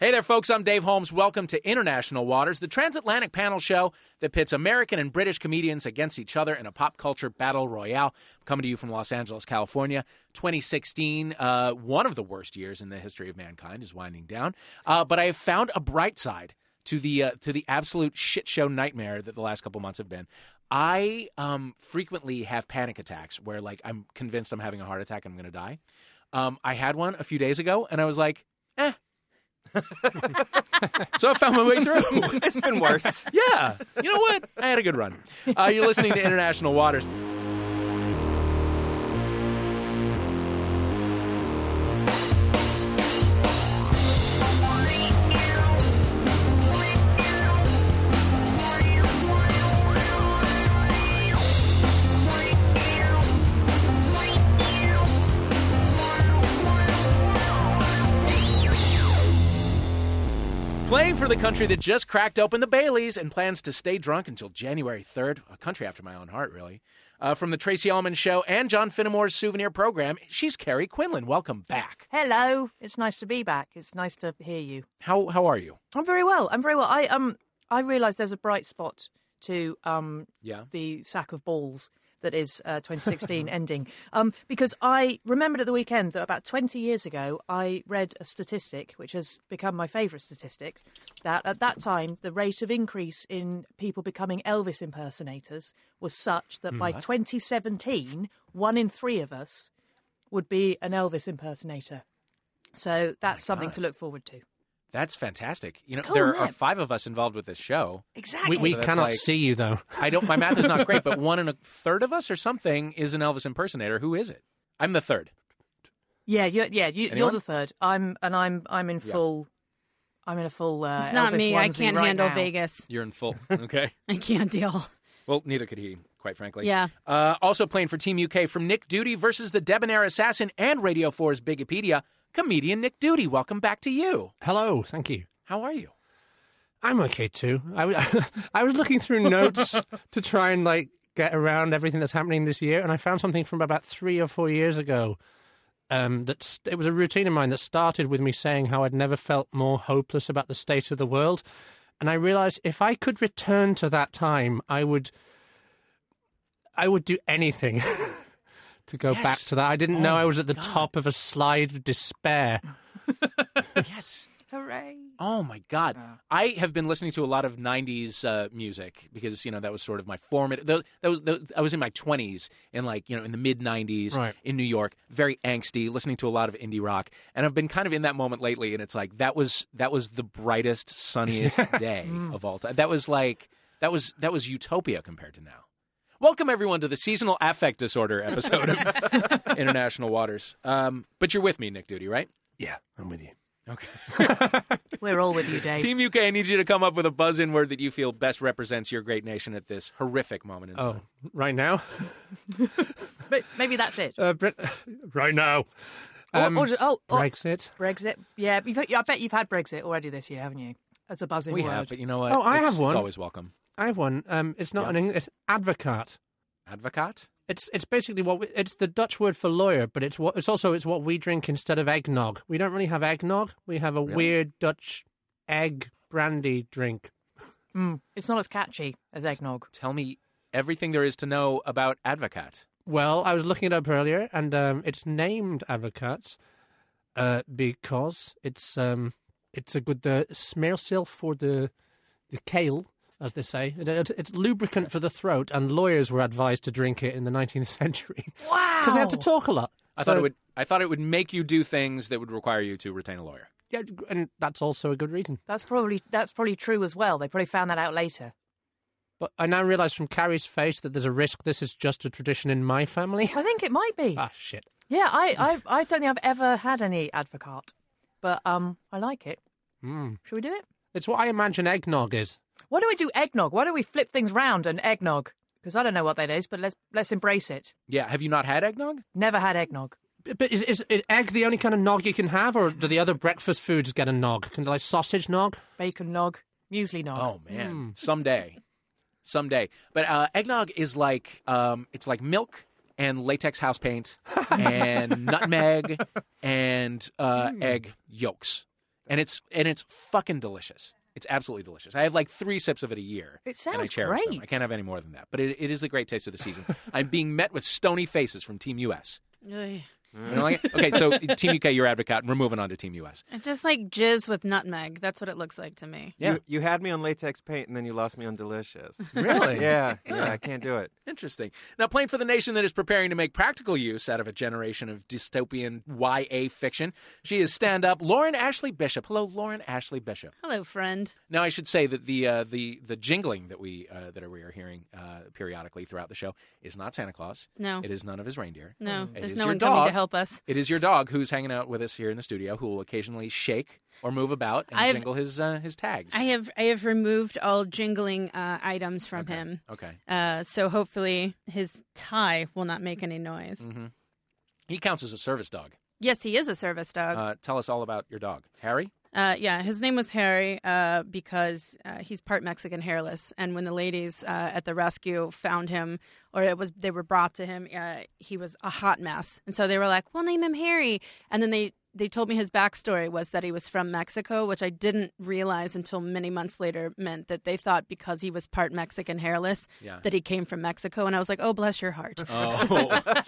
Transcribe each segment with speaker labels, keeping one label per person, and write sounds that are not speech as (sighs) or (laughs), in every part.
Speaker 1: Hey there, folks. I'm Dave Holmes. Welcome to International Waters, the transatlantic panel show that pits American and British comedians against each other in a pop culture battle royale. I'm coming to you from Los Angeles, California. 2016, uh, one of the worst years in the history of mankind, is winding down. Uh, but I have found a bright side to the uh, to the absolute shit show nightmare that the last couple months have been. I um, frequently have panic attacks where, like, I'm convinced I'm having a heart attack and I'm going to die. Um, I had one a few days ago, and I was like, eh. so I found my way through.
Speaker 2: It's been worse.
Speaker 1: Yeah. You know what? I had a good run. Uh, you're listening to International Waters. Playing for the country that just cracked open the Baileys and plans to stay drunk until January 3rd, a country after my own heart, really. Uh, from the Tracy Ullman Show and John Finnemore's Souvenir Program, she's Carrie Quinlan. Welcome back.
Speaker 3: (laughs) Hello. It's nice to be back. It's nice to hear you.
Speaker 1: How how are you?
Speaker 3: I'm very well. I'm very well. I um I realise there's a bright spot to um
Speaker 1: Yeah.
Speaker 3: the sack of balls that is uh, 2016 ending. Um, because I remembered at the weekend that about 20 years ago, I read a statistic which has become my favourite statistic that at that time, the rate of increase in people becoming Elvis impersonators was such that by 2017, one in three of us would be an Elvis impersonator. So that's something to look forward to.
Speaker 1: That's fantastic. You know,
Speaker 3: cool,
Speaker 1: there
Speaker 3: isn't
Speaker 1: are
Speaker 3: it?
Speaker 1: five of us involved with this show.
Speaker 3: Exactly.
Speaker 4: We, we
Speaker 1: So that's
Speaker 4: cannot
Speaker 1: like-
Speaker 4: see you though.
Speaker 1: I don't. My math is not great, but one and a third of us or something is an Elvis impersonator. Who is it? I'm the third.
Speaker 3: Yeah, you're, yeah, you, you're
Speaker 1: Anyone?
Speaker 3: the third. I'm and I'm I'm in full. I'm in a full. Uh,
Speaker 5: It's not
Speaker 3: Elvis
Speaker 5: me. I
Speaker 3: onesie
Speaker 5: can't
Speaker 3: right
Speaker 5: handle
Speaker 3: now.
Speaker 5: Vegas.
Speaker 2: (laughs)
Speaker 1: You're in full. Okay.
Speaker 5: I can't deal.
Speaker 1: Well, neither could he, quite frankly.
Speaker 5: Yeah.
Speaker 1: Uh, also playing for Team UK from Nick Duty versus the Debonair Assassin and Radio 4's Bigopedia, comedian Nick Duty. Welcome back to you.
Speaker 4: Hello, thank you.
Speaker 1: How are you?
Speaker 4: I'm okay too. I, (laughs) w- I was looking through notes to try and like get around everything that's happening this year, and I found something from about three or four years ago. Um, that's it was a routine of mine that started with me saying how I'd never felt more hopeless about the state of the world, and I realised if I could return to that time, I would, I would do anything (laughs) to go back
Speaker 1: Yes.
Speaker 4: to that. I didn't know
Speaker 1: Oh
Speaker 4: I was
Speaker 1: my
Speaker 4: at the
Speaker 1: God.
Speaker 4: top of a slide of despair.
Speaker 1: yes.
Speaker 3: Hooray!
Speaker 1: Oh my God! I have been listening to a lot of '90s uh, music because you know that was sort of my formative. That, that was tho- I was in my 20s and like you know in the mid '90s
Speaker 4: Right.
Speaker 1: in New York, very angsty, listening to a lot of indie rock, and I've been kind of in that moment lately. And it's like that was that was the brightest, sunniest day of all time. That was like that was that was utopia compared to now. Welcome everyone to the seasonal affect disorder episode of International Waters. Um, but you're with me, Nick Duty, right?
Speaker 4: Yeah, I'm with you.
Speaker 1: Okay.
Speaker 3: We're all with you,
Speaker 4: (laughs)
Speaker 3: Dave.
Speaker 1: Team UK, I need you to come up with a buzz in word that you feel best represents your great nation at this horrific moment in time.
Speaker 4: Oh, right now.
Speaker 3: but maybe that's it.
Speaker 4: Uh, Brit- (sighs) right now.
Speaker 3: Or-
Speaker 4: Um,
Speaker 3: or, oh, oh,
Speaker 4: Brexit.
Speaker 3: Brexit. Yeah, you've, I bet you've had Brexit already this year, haven't you? As a buzzing
Speaker 1: we
Speaker 3: word.
Speaker 1: have, but you know what?
Speaker 4: Oh, I
Speaker 1: It's-
Speaker 4: have one.
Speaker 1: It's always welcome.
Speaker 4: I have one. Um, it's not
Speaker 1: Yeah.
Speaker 4: an English. It's advocat.
Speaker 1: Advocat?
Speaker 4: It's it's basically what we, it's the Dutch word for lawyer, but it's what it's also it's what we drink instead of eggnog. We don't really have eggnog. We have a
Speaker 1: Really?
Speaker 4: weird Dutch egg brandy drink.
Speaker 3: Mm, it's not as catchy as eggnog.
Speaker 1: Tell me everything there is to know about Advocat.
Speaker 4: Well, I was looking it up earlier, and um, it's named advocat uh, because it's um, it's a good uh, smearsel for the the kale, as they say. It, it- it's lubricant for the throat, and lawyers were advised to drink it in the 19th (laughs) century
Speaker 3: Wow.
Speaker 4: because they had to talk a lot.
Speaker 1: I thought
Speaker 4: So-
Speaker 1: it would I thought it would make you do things that would require you to retain a lawyer.
Speaker 4: yeah, and that's also a good reason.
Speaker 3: That's probably that's probably true as well. They probably found that out later.
Speaker 4: But I now realise from Carrie's face that there's a risk this is just a tradition in my family. (laughs)
Speaker 3: I think it might be.
Speaker 4: ah, shit.
Speaker 3: Yeah, I, I, I don't think I've ever had any advocat, but um, I like it.
Speaker 4: Mm.
Speaker 3: Shall we do it?
Speaker 4: It's what I imagine eggnog is.
Speaker 3: Why don't we do eggnog? Why don't we flip things round and eggnog? Because I don't know what that is, but let's let's embrace it.
Speaker 1: Yeah, have you not had eggnog?
Speaker 3: Never had eggnog.
Speaker 4: But is, is, is egg the only kind of nog you can have, or do the other breakfast foods get a nog? Can they like sausage nog?
Speaker 3: Bacon nog, muesli nog.
Speaker 1: Oh man,
Speaker 3: Hmm.
Speaker 1: someday, someday. But uh, eggnog is like um, it's like milk and latex house
Speaker 3: (laughs) Hmm.
Speaker 1: paint and nutmeg and uh, egg yolks. and it's and it's fucking delicious. It's absolutely delicious. I have like three sips of it a year.
Speaker 3: It
Speaker 1: and I
Speaker 3: sounds
Speaker 1: cherish them.
Speaker 3: great.
Speaker 1: I can't have any more than that. But it, it is the great taste of the
Speaker 3: (laughs)
Speaker 1: season. I'm being met with stony faces from Team US.
Speaker 2: Ugh.
Speaker 1: You don't
Speaker 3: Mm.
Speaker 1: like it? Okay, so Team UK, you're advocate. We're moving on to Team US.
Speaker 2: It's just like jizz with nutmeg. That's what it looks like to me.
Speaker 1: Yeah.
Speaker 5: You, you had me on latex paint and then you lost me on
Speaker 1: (laughs)
Speaker 5: delicious.
Speaker 1: Really?
Speaker 5: yeah, yeah, I can't do it.
Speaker 1: Interesting. Now, playing for the nation that is preparing to make practical use out of a generation of dystopian YA fiction, she is stand up Lauren Ashley Bishop. Hello, Lauren Ashley Bishop.
Speaker 2: Hello, friend.
Speaker 1: Now, I should say that the uh, the the jingling that we uh, that we are hearing uh, periodically throughout the show is not Santa Claus.
Speaker 2: No.
Speaker 1: it is none of his reindeer.
Speaker 2: No,
Speaker 1: It
Speaker 2: there's
Speaker 1: is
Speaker 2: no
Speaker 1: your
Speaker 2: one coming
Speaker 1: dog.
Speaker 2: to help us.
Speaker 1: It is your dog who's hanging out with us here in the studio, who will occasionally shake or move about and
Speaker 2: I have-
Speaker 1: jingle his uh, his tags.
Speaker 2: I have I have removed all jingling uh, items from him.
Speaker 1: okay.
Speaker 2: Uh, so hopefully his tie will not make any noise.
Speaker 1: He counts as a service dog.
Speaker 2: Yes, he is a service dog.
Speaker 1: Uh, tell us all about your dog, Harry.
Speaker 2: Uh, yeah, his name was Harry uh, because uh, he's part Mexican hairless. And when the ladies uh, at the rescue found him, or it was they were brought to him, uh, he was a hot mess. And so they were like, "We'll name him Harry." And then they they told me his backstory was that he was from Mexico, which I didn't realize until many months later meant that they thought because he was part Mexican hairless
Speaker 1: Yeah.
Speaker 2: that he came from Mexico. And I was like, "Oh, bless
Speaker 1: (laughs)
Speaker 2: your heart." (laughs)
Speaker 1: Oh,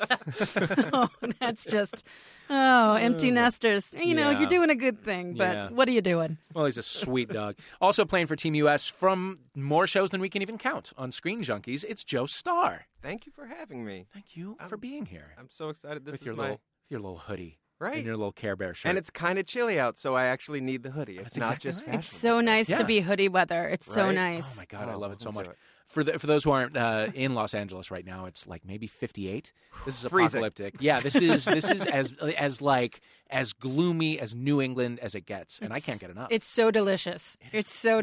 Speaker 2: oh, that's just oh, empty nesters. You know,
Speaker 1: Uh. Yeah.
Speaker 2: you're doing a good thing, but
Speaker 1: Yeah.
Speaker 2: what are you doing?
Speaker 1: Well, he's a sweet
Speaker 5: (laughs)
Speaker 1: dog. Also playing for Team US from more shows than we can even count on Screen Junkies. It's Joe Starr.
Speaker 5: Thank you for having me.
Speaker 1: Thank you for being here
Speaker 5: I'm so excited. This
Speaker 1: with
Speaker 5: is
Speaker 1: your
Speaker 5: my
Speaker 1: little with your little hoodie,
Speaker 5: Right.
Speaker 1: And your little Care Bear shirt.
Speaker 5: and it's kind of chilly out, so I actually need the hoodie. It's
Speaker 1: That's
Speaker 5: not
Speaker 1: exactly
Speaker 5: just
Speaker 1: right.
Speaker 5: fashion.
Speaker 2: It's so nice
Speaker 1: Yeah.
Speaker 2: to be hoodie weather. It's so
Speaker 5: Right?
Speaker 1: oh
Speaker 2: nice.
Speaker 1: my god, I
Speaker 5: Oh,
Speaker 1: love it so
Speaker 5: into
Speaker 1: much.
Speaker 5: it.
Speaker 1: For the, for those who aren't uh, in Los Angeles right now, it's like maybe 58. This is
Speaker 5: (sighs) Freezing.
Speaker 1: apocalyptic. Yeah, this is this is as as like as gloomy as New England as it gets, and I can't get enough.
Speaker 2: It's so delicious. it's so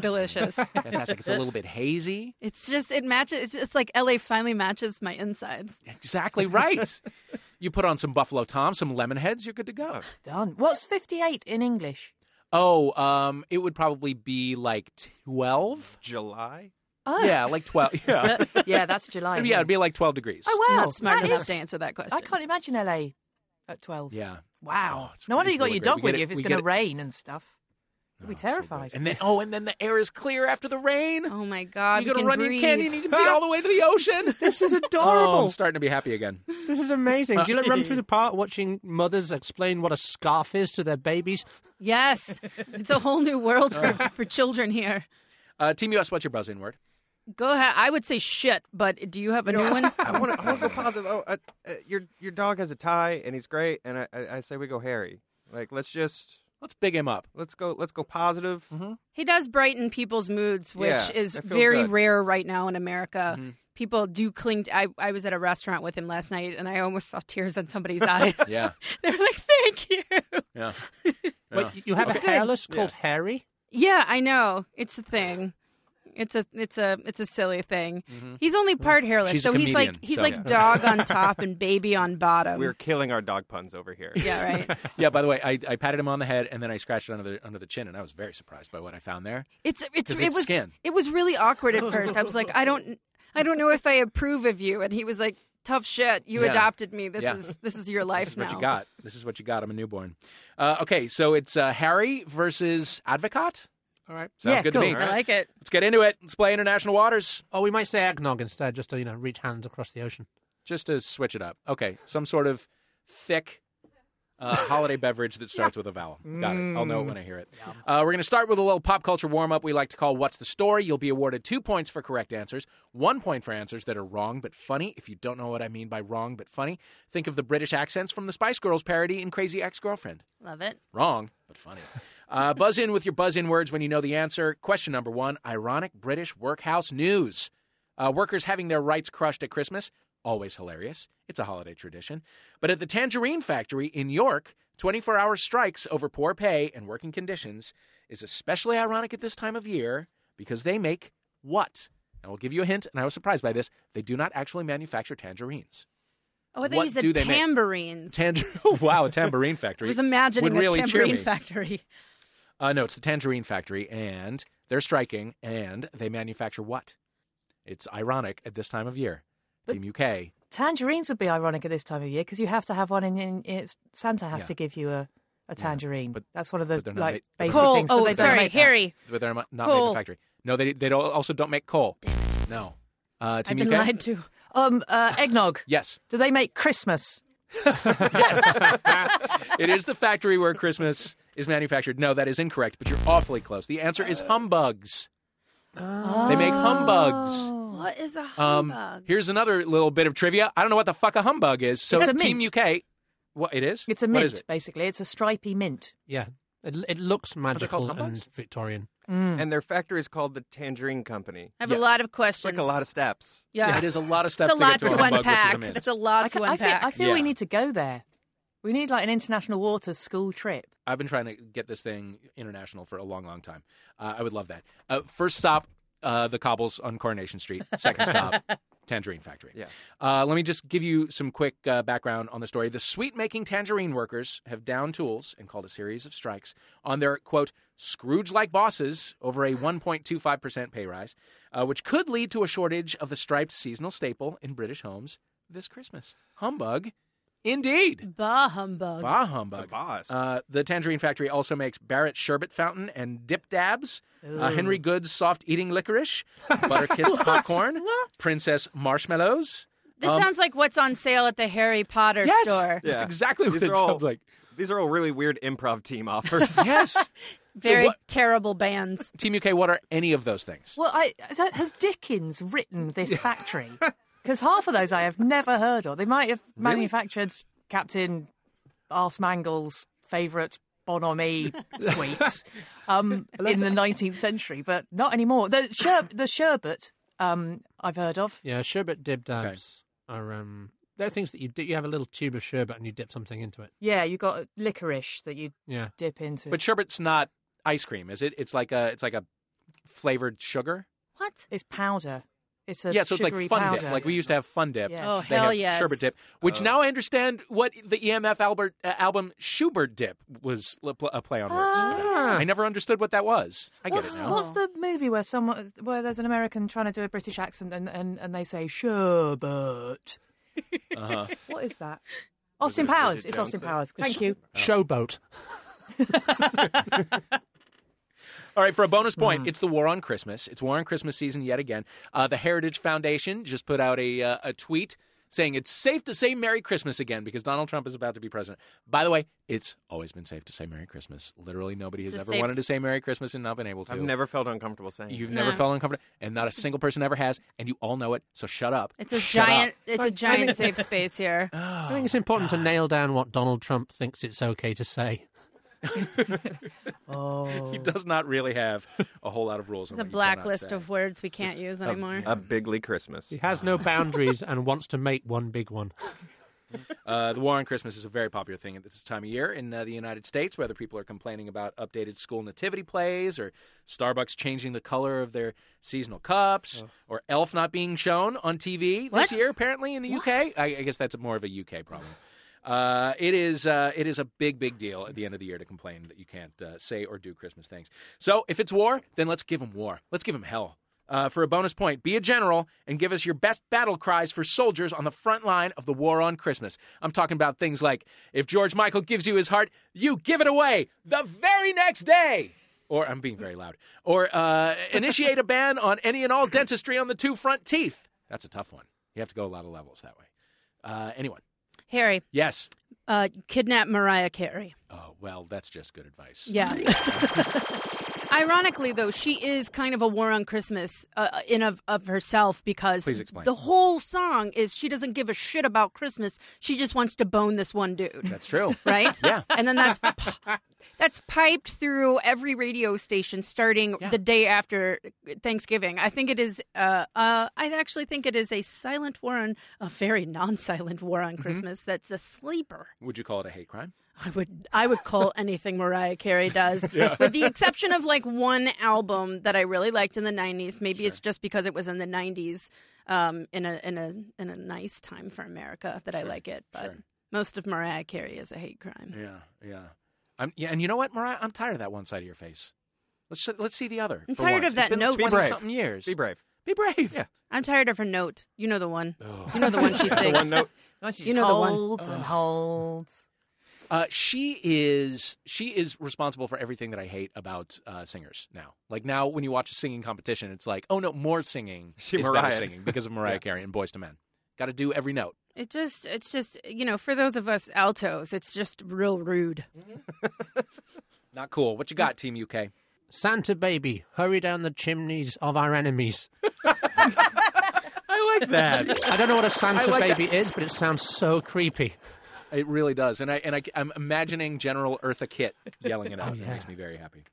Speaker 1: (laughs)
Speaker 2: delicious.
Speaker 1: fantastic. It's a little bit
Speaker 5: (laughs)
Speaker 1: hazy.
Speaker 2: it's just it matches. It's just like LA finally matches my insides.
Speaker 1: Exactly right. you put on some Buffalo Tom, some lemon heads, you're good to go.
Speaker 3: Done. What's 58 in English?
Speaker 1: Oh, um, it would probably be like twelve.
Speaker 5: July?
Speaker 3: Oh.
Speaker 1: Yeah, like twelve. (laughs) Yeah,
Speaker 3: (laughs) yeah, that's July.
Speaker 1: yeah, it'd
Speaker 3: isn't it?
Speaker 1: be like twelve degrees.
Speaker 3: Oh, wow.
Speaker 2: Not smart
Speaker 3: that
Speaker 2: enough
Speaker 3: is-
Speaker 2: to answer that question.
Speaker 3: I can't imagine LA at 12.
Speaker 1: Yeah.
Speaker 3: Wow.
Speaker 1: Oh, it's
Speaker 3: no wonder
Speaker 1: really
Speaker 3: you got
Speaker 1: really
Speaker 3: your
Speaker 1: great.
Speaker 3: dog
Speaker 1: We
Speaker 3: with
Speaker 1: get
Speaker 3: you
Speaker 1: it-
Speaker 3: if it's
Speaker 1: we get
Speaker 3: going to
Speaker 1: it-
Speaker 3: rain and stuff. You'd be
Speaker 1: Oh, so good.
Speaker 3: terrified.
Speaker 1: and then oh, and then the air is clear after the rain.
Speaker 2: Oh my god!
Speaker 1: you
Speaker 2: we
Speaker 1: go to
Speaker 2: can
Speaker 1: Runyon
Speaker 2: breathe.
Speaker 1: Canyon, you can see all the way to the ocean.
Speaker 4: This (laughs) is
Speaker 1: Oh, I'm
Speaker 4: adorable.
Speaker 1: starting to be happy again.
Speaker 4: this is amazing. Do you like run (laughs) through the park watching mothers explain what a scarf is to their babies?
Speaker 2: Yes, it's a whole new world for, for children here.
Speaker 1: Uh, Team US, what's your buzz in word?
Speaker 2: Go ahead. I would say shit, but do you have a new one?
Speaker 5: I want to go positive. Oh, uh, uh, your your dog has a tie and he's great, and I, I, I say we go Harry. Like let's just
Speaker 1: Let's big him up.
Speaker 5: let's go let's go positive.
Speaker 1: Mm-hmm,
Speaker 2: He does brighten people's moods, which
Speaker 5: Yeah,
Speaker 2: is
Speaker 5: I feel
Speaker 2: very
Speaker 5: good.
Speaker 2: rare right now in America. People do cling. To, I I was at a restaurant with him last night, and I almost saw tears in somebody's eyes.
Speaker 1: Yeah,
Speaker 2: (laughs) they were like, "Thank you."
Speaker 1: yeah. Yeah.
Speaker 4: Wait, you- you have a
Speaker 2: That's good.
Speaker 4: hairless called Harry?
Speaker 2: Yeah, I know it's a thing. It's a it's a it's a silly thing. He's only part hairless,
Speaker 1: Mm-hmm. She's a
Speaker 2: so he's like
Speaker 1: comedian,
Speaker 2: he's
Speaker 1: so-
Speaker 2: like
Speaker 1: Yeah. (laughs)
Speaker 2: dog on top and baby on bottom.
Speaker 5: We're killing our dog puns over here.
Speaker 2: yeah,
Speaker 1: (laughs)
Speaker 2: right.
Speaker 1: Yeah, by the way, I, I patted him on the head and then I scratched it under the, under the chin, and I was very surprised by what I found there.
Speaker 2: It's it's
Speaker 1: 'Cause
Speaker 2: it
Speaker 1: it's
Speaker 2: was
Speaker 1: skin.
Speaker 2: it was really awkward at first. I
Speaker 1: (laughs)
Speaker 2: was like, I don't I don't know if I approve of you, and he was like, tough shit. You
Speaker 1: Yeah.
Speaker 2: adopted me. This
Speaker 1: Yeah.
Speaker 2: is this is your life
Speaker 1: This is
Speaker 2: now.
Speaker 1: what you got. This is what you got. I'm a newborn. Uh, okay, so it's uh, Harry versus Advocat.
Speaker 4: All right.
Speaker 1: Sounds
Speaker 3: Yeah,
Speaker 1: good
Speaker 3: cool.
Speaker 1: to me.
Speaker 2: I like it.
Speaker 1: Let's get into it. Let's play International Waters
Speaker 4: Or we might say eggnog instead, just to, you know, reach hands across the ocean.
Speaker 1: just to switch it up. Okay, some sort of thick
Speaker 4: (laughs)
Speaker 1: uh, holiday beverage that starts with a vowel. Got it. I'll
Speaker 4: Mm.
Speaker 1: know it when I hear it. Uh, we're going to start with a little pop culture warm up we like to call What's the Story? You'll be awarded two points for correct answers, one point for answers that are wrong but funny. If you don't know what I mean by wrong but funny, think of the British accents from the Spice Girls parody in Crazy Ex Girlfriend.
Speaker 2: Love it.
Speaker 1: Wrong, but funny. Uh, buzz in with your buzz in words when you know the answer. Question number one Ironic British workhouse news. Uh, workers having their rights crushed at Christmas. Always hilarious. It's a holiday tradition. But at the Tangerine Factory in York, 24 hour strikes over poor pay and working conditions is especially ironic at this time of year because they make what? And I'll give you a hint, and I was surprised by this. They do not actually manufacture tangerines.
Speaker 2: Oh, I thought
Speaker 1: What
Speaker 2: you said
Speaker 1: do they make?
Speaker 2: tambourines.
Speaker 1: Tanger- oh, (laughs) wow, a tambourine
Speaker 2: I
Speaker 1: factory.
Speaker 2: was imagining
Speaker 1: would really
Speaker 2: a
Speaker 1: cheer
Speaker 2: tambourine
Speaker 1: me.
Speaker 2: factory.
Speaker 1: Uh, no, it's the Tangerine Factory, and they're striking, and they manufacture what? It's ironic at this time of year. Team UK.
Speaker 3: Tangerines would be ironic at this time of year because you have to have one in, in it's, Santa has
Speaker 1: Yeah.
Speaker 3: to give you a, a tangerine.
Speaker 1: but-
Speaker 3: that's one of the
Speaker 1: but they're not
Speaker 3: like
Speaker 1: ma-
Speaker 3: basic
Speaker 1: Coal.
Speaker 2: Coal.
Speaker 3: things. but
Speaker 2: Oh,
Speaker 3: they don't
Speaker 2: sorry,
Speaker 3: make that.
Speaker 2: Harry.
Speaker 1: But they're not not
Speaker 2: Coal.
Speaker 1: manufacturing. No, they they don't, also don't make coal. Damn it. No. Uh,
Speaker 2: I've
Speaker 1: Team
Speaker 2: been
Speaker 1: UK?
Speaker 2: lied to.
Speaker 3: Um, uh, eggnog.
Speaker 1: Yes,
Speaker 3: Do they make Christmas?
Speaker 1: it is the factory where Christmas is manufactured. No, that is incorrect, but you're awfully close. The answer is
Speaker 2: Oh.
Speaker 1: humbugs. They make humbugs.
Speaker 2: What is a humbug?
Speaker 1: Um, here's another little bit of trivia. I don't know what the fuck a humbug is. So
Speaker 3: It's a
Speaker 1: Team
Speaker 3: mint.
Speaker 1: UK, what it is?
Speaker 3: It's a
Speaker 1: What
Speaker 3: mint,
Speaker 1: is it?
Speaker 3: basically. It's a stripy mint.
Speaker 4: Yeah, it, it looks magical and
Speaker 1: humbugs?
Speaker 4: Victorian.
Speaker 1: Mm.
Speaker 5: And their factory is called the Tangerine Company.
Speaker 2: I have
Speaker 1: yes.
Speaker 2: a lot of
Speaker 5: It's
Speaker 2: questions.
Speaker 5: like a lot of steps.
Speaker 2: yeah.
Speaker 1: It is a lot of steps
Speaker 2: It's a lot
Speaker 1: to get to,
Speaker 2: to,
Speaker 1: a humbug,
Speaker 2: unpack.
Speaker 1: which is a mint.
Speaker 2: It's a lot
Speaker 3: I,
Speaker 2: to
Speaker 3: ca- I feel,
Speaker 2: unpack.
Speaker 3: I feel
Speaker 1: Yeah.
Speaker 3: we need to go there. We need like an international waters school trip.
Speaker 1: I've been trying to get this thing international for a long, long time. Uh, I would love that. Uh, first stop, uh, the cobbles on Coronation Street. Second stop, Tangerine Factory.
Speaker 5: Yeah.
Speaker 1: Uh, let me just give you some quick uh, background on the story. The sweet making tangerine workers have downed tools and called a series of strikes on their, quote, Scrooge like bosses over a 1.25% pay rise, uh, which could lead to a shortage of the striped seasonal staple in British homes this Christmas. Humbug, indeed.
Speaker 2: bah humbug.
Speaker 1: Bah humbug.
Speaker 5: Boss.
Speaker 1: Uh, the Tangerine Factory also makes Barrett Sherbet Fountain and Dip Dabs, uh, Henry Good's Soft Eating
Speaker 3: (laughs)
Speaker 1: Licorice, Butter Kissed Popcorn,
Speaker 2: What?
Speaker 1: Princess
Speaker 3: (laughs)
Speaker 1: Marshmallows.
Speaker 2: This
Speaker 1: Um,
Speaker 2: sounds like what's on sale at the Harry Potter
Speaker 1: yes,
Speaker 2: store.
Speaker 1: that's
Speaker 5: Yeah.
Speaker 1: exactly what
Speaker 5: These
Speaker 1: it
Speaker 5: are all-
Speaker 1: sounds like.
Speaker 5: These are all really weird
Speaker 1: (laughs)
Speaker 5: improv team offers.
Speaker 1: Yes,
Speaker 2: Very
Speaker 1: what-
Speaker 2: terrible bands.
Speaker 1: Team UK. What are any of those things?
Speaker 3: Well, I, has- has Dickens written this factory? Because half of those I have never heard of. They might have manufactured Captain Arse Mangle's favourite
Speaker 1: (laughs)
Speaker 3: bonhomie sweets um, in the 19th century, but not anymore. The, sher- the sherbet um, I've heard of.
Speaker 4: Yeah, sherbet dib dabs are um, they're things that you dip. You have a little tube of sherbet and you dip something into it.
Speaker 3: Yeah, you got licorice that you
Speaker 4: Yeah,
Speaker 3: dip into.
Speaker 1: But sherbet's not ice cream, is it? It's like a it's like a flavored sugar.
Speaker 2: What?
Speaker 3: it's powder. It's a
Speaker 1: yeah, so it's like
Speaker 3: sugary
Speaker 1: fun
Speaker 3: powder.
Speaker 1: dip. Like we used to have fun dip.
Speaker 3: Yeah.
Speaker 2: Oh
Speaker 1: They
Speaker 2: hell
Speaker 1: have
Speaker 2: yes.
Speaker 1: Sherbet dip, which now I understand what the EMF Albert uh, album Schubert dip was li- pl- a play on words.
Speaker 3: Ah.
Speaker 1: I never understood what that was. I get
Speaker 3: What's,
Speaker 1: it now.
Speaker 3: what's the movie where someone where there's an American trying to do a British accent and, and, and they
Speaker 1: (laughs)
Speaker 3: say sherbet?
Speaker 1: Uh-huh.
Speaker 3: What is that? Austin
Speaker 5: it Bridget
Speaker 3: Powers. It's Austin
Speaker 5: Jones?
Speaker 3: Powers.
Speaker 1: (laughs)
Speaker 3: Thank you.
Speaker 4: showboat.
Speaker 1: All right, for a bonus point,
Speaker 5: Mm-hmm.
Speaker 1: it's the war on Christmas. It's war on Christmas season yet again. Uh, the Heritage Foundation just put out a uh, a tweet saying it's safe to say Merry Christmas again because Donald Trump is about to be president. By the way, it's always been safe to say Merry Christmas. Literally, nobody has
Speaker 2: It's a
Speaker 1: ever
Speaker 2: safe-
Speaker 1: wanted to say Merry Christmas and not been able to.
Speaker 5: I've never felt uncomfortable saying.
Speaker 1: You've
Speaker 5: it.
Speaker 1: never
Speaker 2: No.
Speaker 1: felt uncomfortable, and not a single person ever has, and you all know it. So shut up.
Speaker 2: It's a
Speaker 1: Shut up. Oh,
Speaker 2: giant. It's a
Speaker 1: (laughs)
Speaker 2: giant safe space here.
Speaker 4: I think it's important to nail down what Donald Trump thinks it's okay to say.
Speaker 3: Oh,
Speaker 1: He does not really have a whole lot of rules.
Speaker 2: It's a blacklist of words we can't use anymore.
Speaker 5: a bigly Christmas.
Speaker 4: He has no boundaries and wants to make one big one.
Speaker 1: Uh, the war on Christmas is a very popular thing at this time of year in uh, the United States, whether people are complaining about updated school nativity plays, or Starbucks changing the color of their seasonal cups, or Elf not being shown on TV
Speaker 2: What?
Speaker 1: this year. Apparently, in the UK, I, I guess that's more of a UK problem. Uh, it is uh, it is a big big deal at the end of the year to complain that you can't uh, say or do Christmas things. So if it's war, then let's give them war. Let's give them hell. Uh, for a bonus point, be a general and give us your best battle cries for soldiers on the front line of the war on Christmas. I'm talking about things like if George Michael gives you his heart, you give it away the very next day. Or I'm being very loud. Or uh, (laughs) initiate a ban on any and all dentistry on the two front teeth. That's a tough one. You have to go a lot of levels that way. Uh, anyone?
Speaker 2: Harry,
Speaker 1: Yes.
Speaker 2: uh, kidnap Mariah Carey.
Speaker 1: Oh, well, that's just good advice. (laughs)
Speaker 2: Yeah. Ironically, though, she is kind of a war on Christmas uh, in of, of herself because
Speaker 1: Please explain.
Speaker 2: the whole song is she doesn't give a shit about Christmas. She just wants to bone this one dude,
Speaker 1: That's true.
Speaker 2: (laughs) right?
Speaker 1: Yeah.
Speaker 2: And then that's pi- that's piped through every radio station starting the day after Thanksgiving. I think it is. Uh, uh, I actually think it is a silent war on a very non-silent war on Christmas. That's a sleeper.
Speaker 1: Would you call it a hate crime?
Speaker 2: I would I would call anything Mariah Carey does, with the exception of like one album that I really liked in the '90s. Maybe it's just because it was in the '90s, um, in a in a in a nice time for America that I like it. But most of Mariah Carey is a hate crime.
Speaker 1: Yeah, yeah. I'm, yeah, and you know what, Mariah? I'm tired of that one side of your face. Let's let's see the other.
Speaker 2: I'm
Speaker 1: for
Speaker 2: tired
Speaker 1: once.
Speaker 2: of that
Speaker 1: it's been
Speaker 2: note. Be
Speaker 1: Twenty
Speaker 2: brave.
Speaker 1: something years.
Speaker 5: Be brave.
Speaker 1: Be brave. Yeah.
Speaker 2: I'm tired of her note. You (laughs) know the one. You know the one she sings.
Speaker 5: The one note.
Speaker 3: Don't you
Speaker 2: You
Speaker 3: just
Speaker 2: know the one.
Speaker 3: holds and holds.
Speaker 1: Uh, she is she is responsible for everything that I hate about uh, singers now. Like now, when you watch a singing competition, it's like, oh no, more (laughs) singing
Speaker 5: She
Speaker 1: is better
Speaker 5: Mariah.
Speaker 1: singing because of (laughs) Mariah Carey and Boys to Men. Got to do every note.
Speaker 2: It just, it's just, you know, for those of us altos, it's just real rude.
Speaker 1: Not cool. What you got, Team UK?
Speaker 4: Santa baby, hurry down the chimneys of our enemies.
Speaker 1: I like that.
Speaker 4: (laughs) I don't know what a Santa
Speaker 1: like
Speaker 4: baby is, but it sounds so creepy.
Speaker 1: It really does, and I and I, I'm imagining General Eartha Kitt yelling it out. It
Speaker 4: yeah.
Speaker 1: makes me very happy.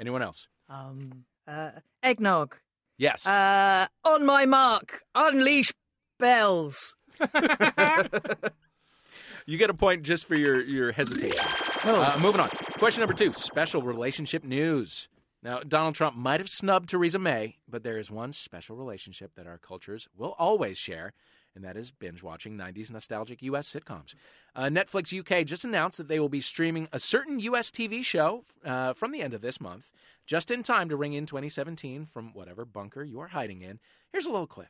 Speaker 1: Anyone else?
Speaker 3: Um, uh, eggnog.
Speaker 1: Yes.
Speaker 3: Uh, on my mark, unleash bells.
Speaker 1: You get a point just for your, your hesitation. Uh, moving on. Question number two special relationship news. Now, Donald Trump might have snubbed Theresa May, but there is one special relationship that our cultures will always share, and that is binge watching 90s nostalgic U.S. sitcoms. Uh, Netflix UK just announced that they will be streaming a certain U.S. TV show uh, from the end of this month, just in time to ring in 2017 from whatever bunker you are hiding in. Here's a little clip.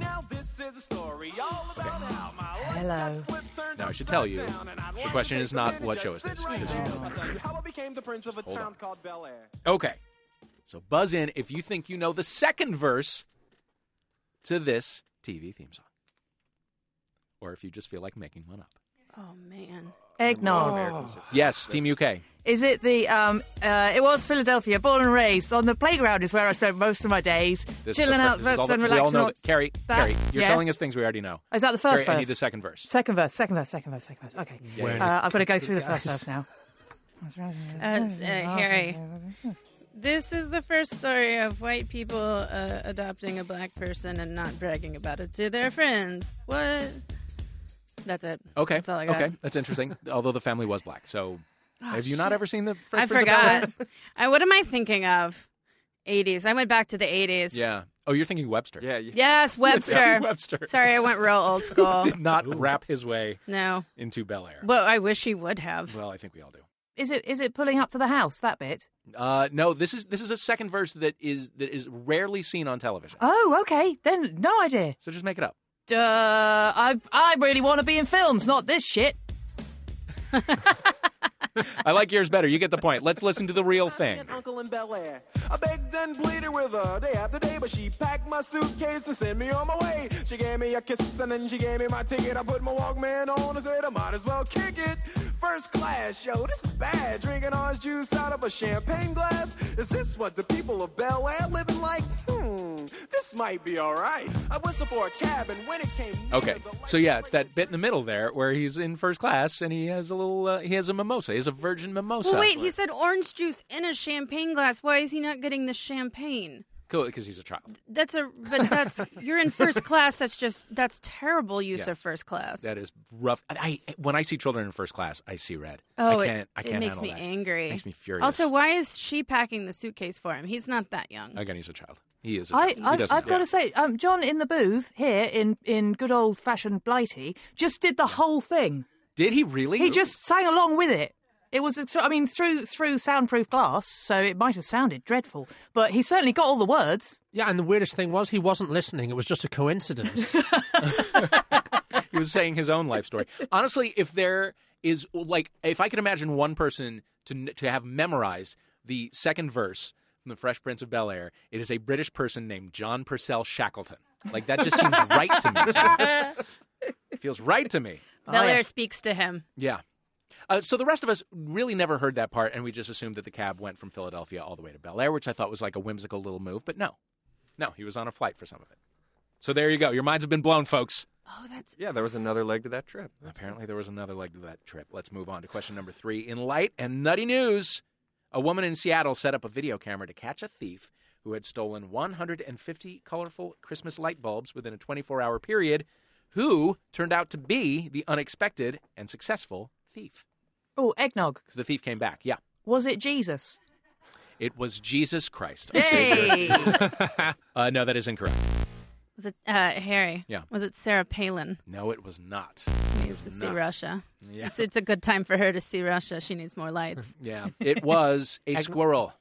Speaker 6: Now this is a story all about how my life
Speaker 3: Hello.
Speaker 6: got flipped, turned
Speaker 1: Now, I should
Speaker 6: upside
Speaker 1: tell you,
Speaker 6: down, and I'd like to
Speaker 1: question
Speaker 6: take
Speaker 1: is
Speaker 6: a
Speaker 1: not
Speaker 6: minute
Speaker 1: what
Speaker 6: just
Speaker 1: show is
Speaker 6: sit
Speaker 1: this,
Speaker 6: right
Speaker 1: because you
Speaker 6: now
Speaker 1: know.
Speaker 6: and tell you how I became the prince of a
Speaker 1: Hold
Speaker 6: town
Speaker 1: on.
Speaker 6: called Bel Air.
Speaker 1: Okay. So buzz in if you think you know the second verse to this TV theme song. Or if you just feel like making one up.
Speaker 2: Oh, man.
Speaker 3: Eggnog.
Speaker 5: Americans just-
Speaker 1: Yes, Team UK.
Speaker 3: Is it the um? Uh, it was Philadelphia, born and raised. On the playground is where I spent most of my days,
Speaker 1: This is
Speaker 3: chilling
Speaker 1: the
Speaker 3: out,
Speaker 1: fir- this is all
Speaker 3: first
Speaker 1: the-
Speaker 3: and
Speaker 1: we all
Speaker 3: relaxing.
Speaker 1: know
Speaker 3: all-
Speaker 1: that- Carrie,
Speaker 3: that-
Speaker 1: Carrie, you're
Speaker 3: yeah.
Speaker 1: telling us things we already know.
Speaker 3: Is that the first
Speaker 1: Carrie, I need
Speaker 3: verse?
Speaker 1: the second verse.
Speaker 3: Second verse, second verse, second verse, second verse. Okay,
Speaker 4: When
Speaker 3: uh, I've got to go through the
Speaker 1: (laughs)
Speaker 3: first verse now.
Speaker 2: Uh, s- uh, Harry. This is the first story of white people uh, adopting a black person and not bragging about it to their friends. What? That's it.
Speaker 1: Okay.
Speaker 2: That's all I got.
Speaker 1: Okay, that's
Speaker 3: (laughs)
Speaker 1: interesting. Although the family was black. So
Speaker 3: Oh,
Speaker 1: have you not ever seen the first
Speaker 2: I
Speaker 1: Prince of Bel-Air?
Speaker 2: forgot. (laughs) I, what am I thinking of? 80s. I went back to the 80s.
Speaker 1: Yeah. Oh, you're thinking Webster.
Speaker 5: Yeah, you,
Speaker 2: (laughs) Yes, Webster.
Speaker 1: (laughs) Webster.
Speaker 2: Sorry, I went real (laughs) old school.
Speaker 1: Did not wrap his way
Speaker 2: no.
Speaker 1: into Bel Air.
Speaker 2: Well, I wish he would have.
Speaker 1: Well, I think we all do.
Speaker 3: Is it is it pulling up to the house that bit?
Speaker 1: Uh, no, this is this is a second verse that is that is rarely seen on television.
Speaker 3: Oh, okay. Then no idea.
Speaker 1: So just make it up.
Speaker 3: Duh, I I really want to be in films, not this shit.
Speaker 1: I like yours better. You get the point. Let's listen to the real thing.
Speaker 6: An uncle in Bel Air. I begged and pleaded with her day after day, but she packed my suitcase and sent me on my way. She gave me a kiss and then she gave me my ticket. I put my Walkman on and said I might as well kick it. First class, yo, this is bad. Drinking orange juice out of a champagne glass. Is this what the people of Bel Air living like? Hmm, this might be alright. I whistled for a cab and when it came, near,
Speaker 1: Okay.
Speaker 6: the lights
Speaker 1: So yeah, it's that
Speaker 6: flickered.
Speaker 1: bit in the middle there where he's in first class and he has a little uh, he has a mimosa. He has a virgin mimosa.
Speaker 2: Well, wait, he said orange juice in a champagne glass. Why is he not getting the champagne?
Speaker 1: cool because he's a child.
Speaker 2: That's a
Speaker 1: (laughs)
Speaker 2: but that's you're in first class. That's just that's terrible use of first class.
Speaker 1: That is rough. I I- when I see children in first class, I see red.
Speaker 2: oh,
Speaker 1: I
Speaker 2: it-
Speaker 1: can't.
Speaker 2: it,
Speaker 1: I can't
Speaker 2: makes
Speaker 1: handle
Speaker 2: me
Speaker 1: that.
Speaker 2: angry.
Speaker 1: Makes me furious.
Speaker 2: Also, why is she packing the suitcase for him? He's not that young.
Speaker 1: again, he's a child. He is. A
Speaker 3: I,
Speaker 1: child. He
Speaker 3: I I've
Speaker 1: doesn't know.
Speaker 3: got to say, um, John in the booth here in in good old fashioned Blighty just did the whole thing.
Speaker 1: Did he really?
Speaker 3: He just sang along with it. It was, a- I mean, through through soundproof glass, so it might have sounded dreadful, but he certainly got all the words.
Speaker 4: Yeah, and the weirdest thing was he wasn't listening. It was just a (laughs) coincidence.
Speaker 1: he was saying his own life story. Honestly, if there is like, if I could imagine one person to to have memorized the second verse from the Fresh Prince of Bel Air, it is a British person named John Purcell Shackleton. Like that just seems right to me. Sam. Feels right to me.
Speaker 2: Bel Air speaks to him.
Speaker 1: Yeah. Uh, so the rest of us really never heard that part, and we just assumed that the cab went from Philadelphia all the way to Bel Air, which I thought was like a whimsical little move. But no, no, he was on a flight for some of it. So there you go. Your minds have been blown, folks.
Speaker 2: Oh, that's
Speaker 5: yeah, there was another leg to that trip.
Speaker 1: Apparently, there was another leg to that trip. Let's move on to question number three. In light and nutty news, a woman in Seattle set up a video camera to catch a thief who had stolen 150 colorful Christmas light bulbs within a 24 hour period, who turned out to be the unexpected and successful thief.
Speaker 3: Oh, eggnog.
Speaker 1: Because the thief came back. Yeah.
Speaker 3: Was
Speaker 1: (laughs)
Speaker 3: it Jesus?
Speaker 1: It was Jesus Christ. our Savior.
Speaker 3: Hey, (laughs)
Speaker 1: Uh, no, that is incorrect.
Speaker 2: was it. Uh, Harry.
Speaker 1: Yeah.
Speaker 2: Was it Sarah Palin?
Speaker 1: No, it was not.
Speaker 2: She needs to see
Speaker 1: not.
Speaker 2: Russia.
Speaker 1: Yeah.
Speaker 2: It's, it's a good time for her to see Russia.
Speaker 1: (laughs)
Speaker 2: She needs more lights.
Speaker 1: Yeah. It was a squirrel.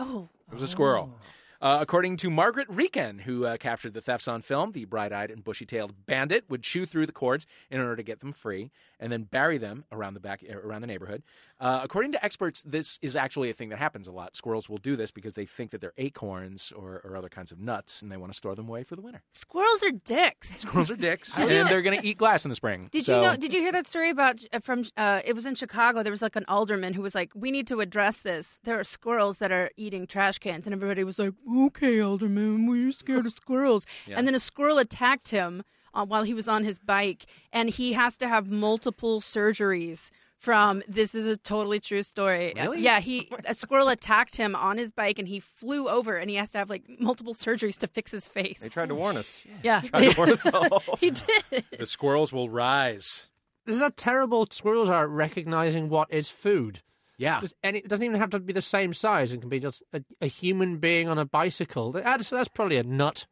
Speaker 2: Oh,
Speaker 1: It was a squirrel. Uh, according to Margaret Rieken, who uh, captured the thefts on film, the bright eyed and bushy tailed bandit would chew through the cords in order to get them free and then bury them around the back er, around the neighborhood. Uh, according to experts, this is actually a thing that happens a lot. Squirrels will do this because they think that they're acorns or, or other kinds of nuts and they want to store them away for the winter.
Speaker 2: Squirrels are dicks.
Speaker 1: Squirrels are dicks
Speaker 2: (laughs)
Speaker 1: and they're going to eat glass in the spring.
Speaker 2: Oh, Did
Speaker 1: So-
Speaker 2: you know? Did you hear that story about uh, from? Uh, it was in Chicago. There was like an alderman who was like, "We need to address this. There are squirrels that are eating trash cans," and everybody was like, "Okay, alderman, we are scared of
Speaker 1: (laughs)
Speaker 2: squirrels." And then a squirrel attacked him uh, while he was on his bike, and he has to have multiple surgeries. From this is a totally true story. Uh,
Speaker 1: Really? Oh (laughs)
Speaker 2: Yeah, he a squirrel attacked him on his bike, and he flew over, and he has to have like multiple (laughs) surgeries to fix his face.
Speaker 5: They tried to warn us.
Speaker 2: Yeah,
Speaker 5: Tried to warn us all.
Speaker 2: he did.
Speaker 1: the squirrels will rise.
Speaker 4: This is how terrible squirrels are at recognizing what is food.
Speaker 1: Yeah.
Speaker 4: Just any, it doesn't even have to be the same size. It can be just a, a human being on a bicycle. That's, that's probably a nut.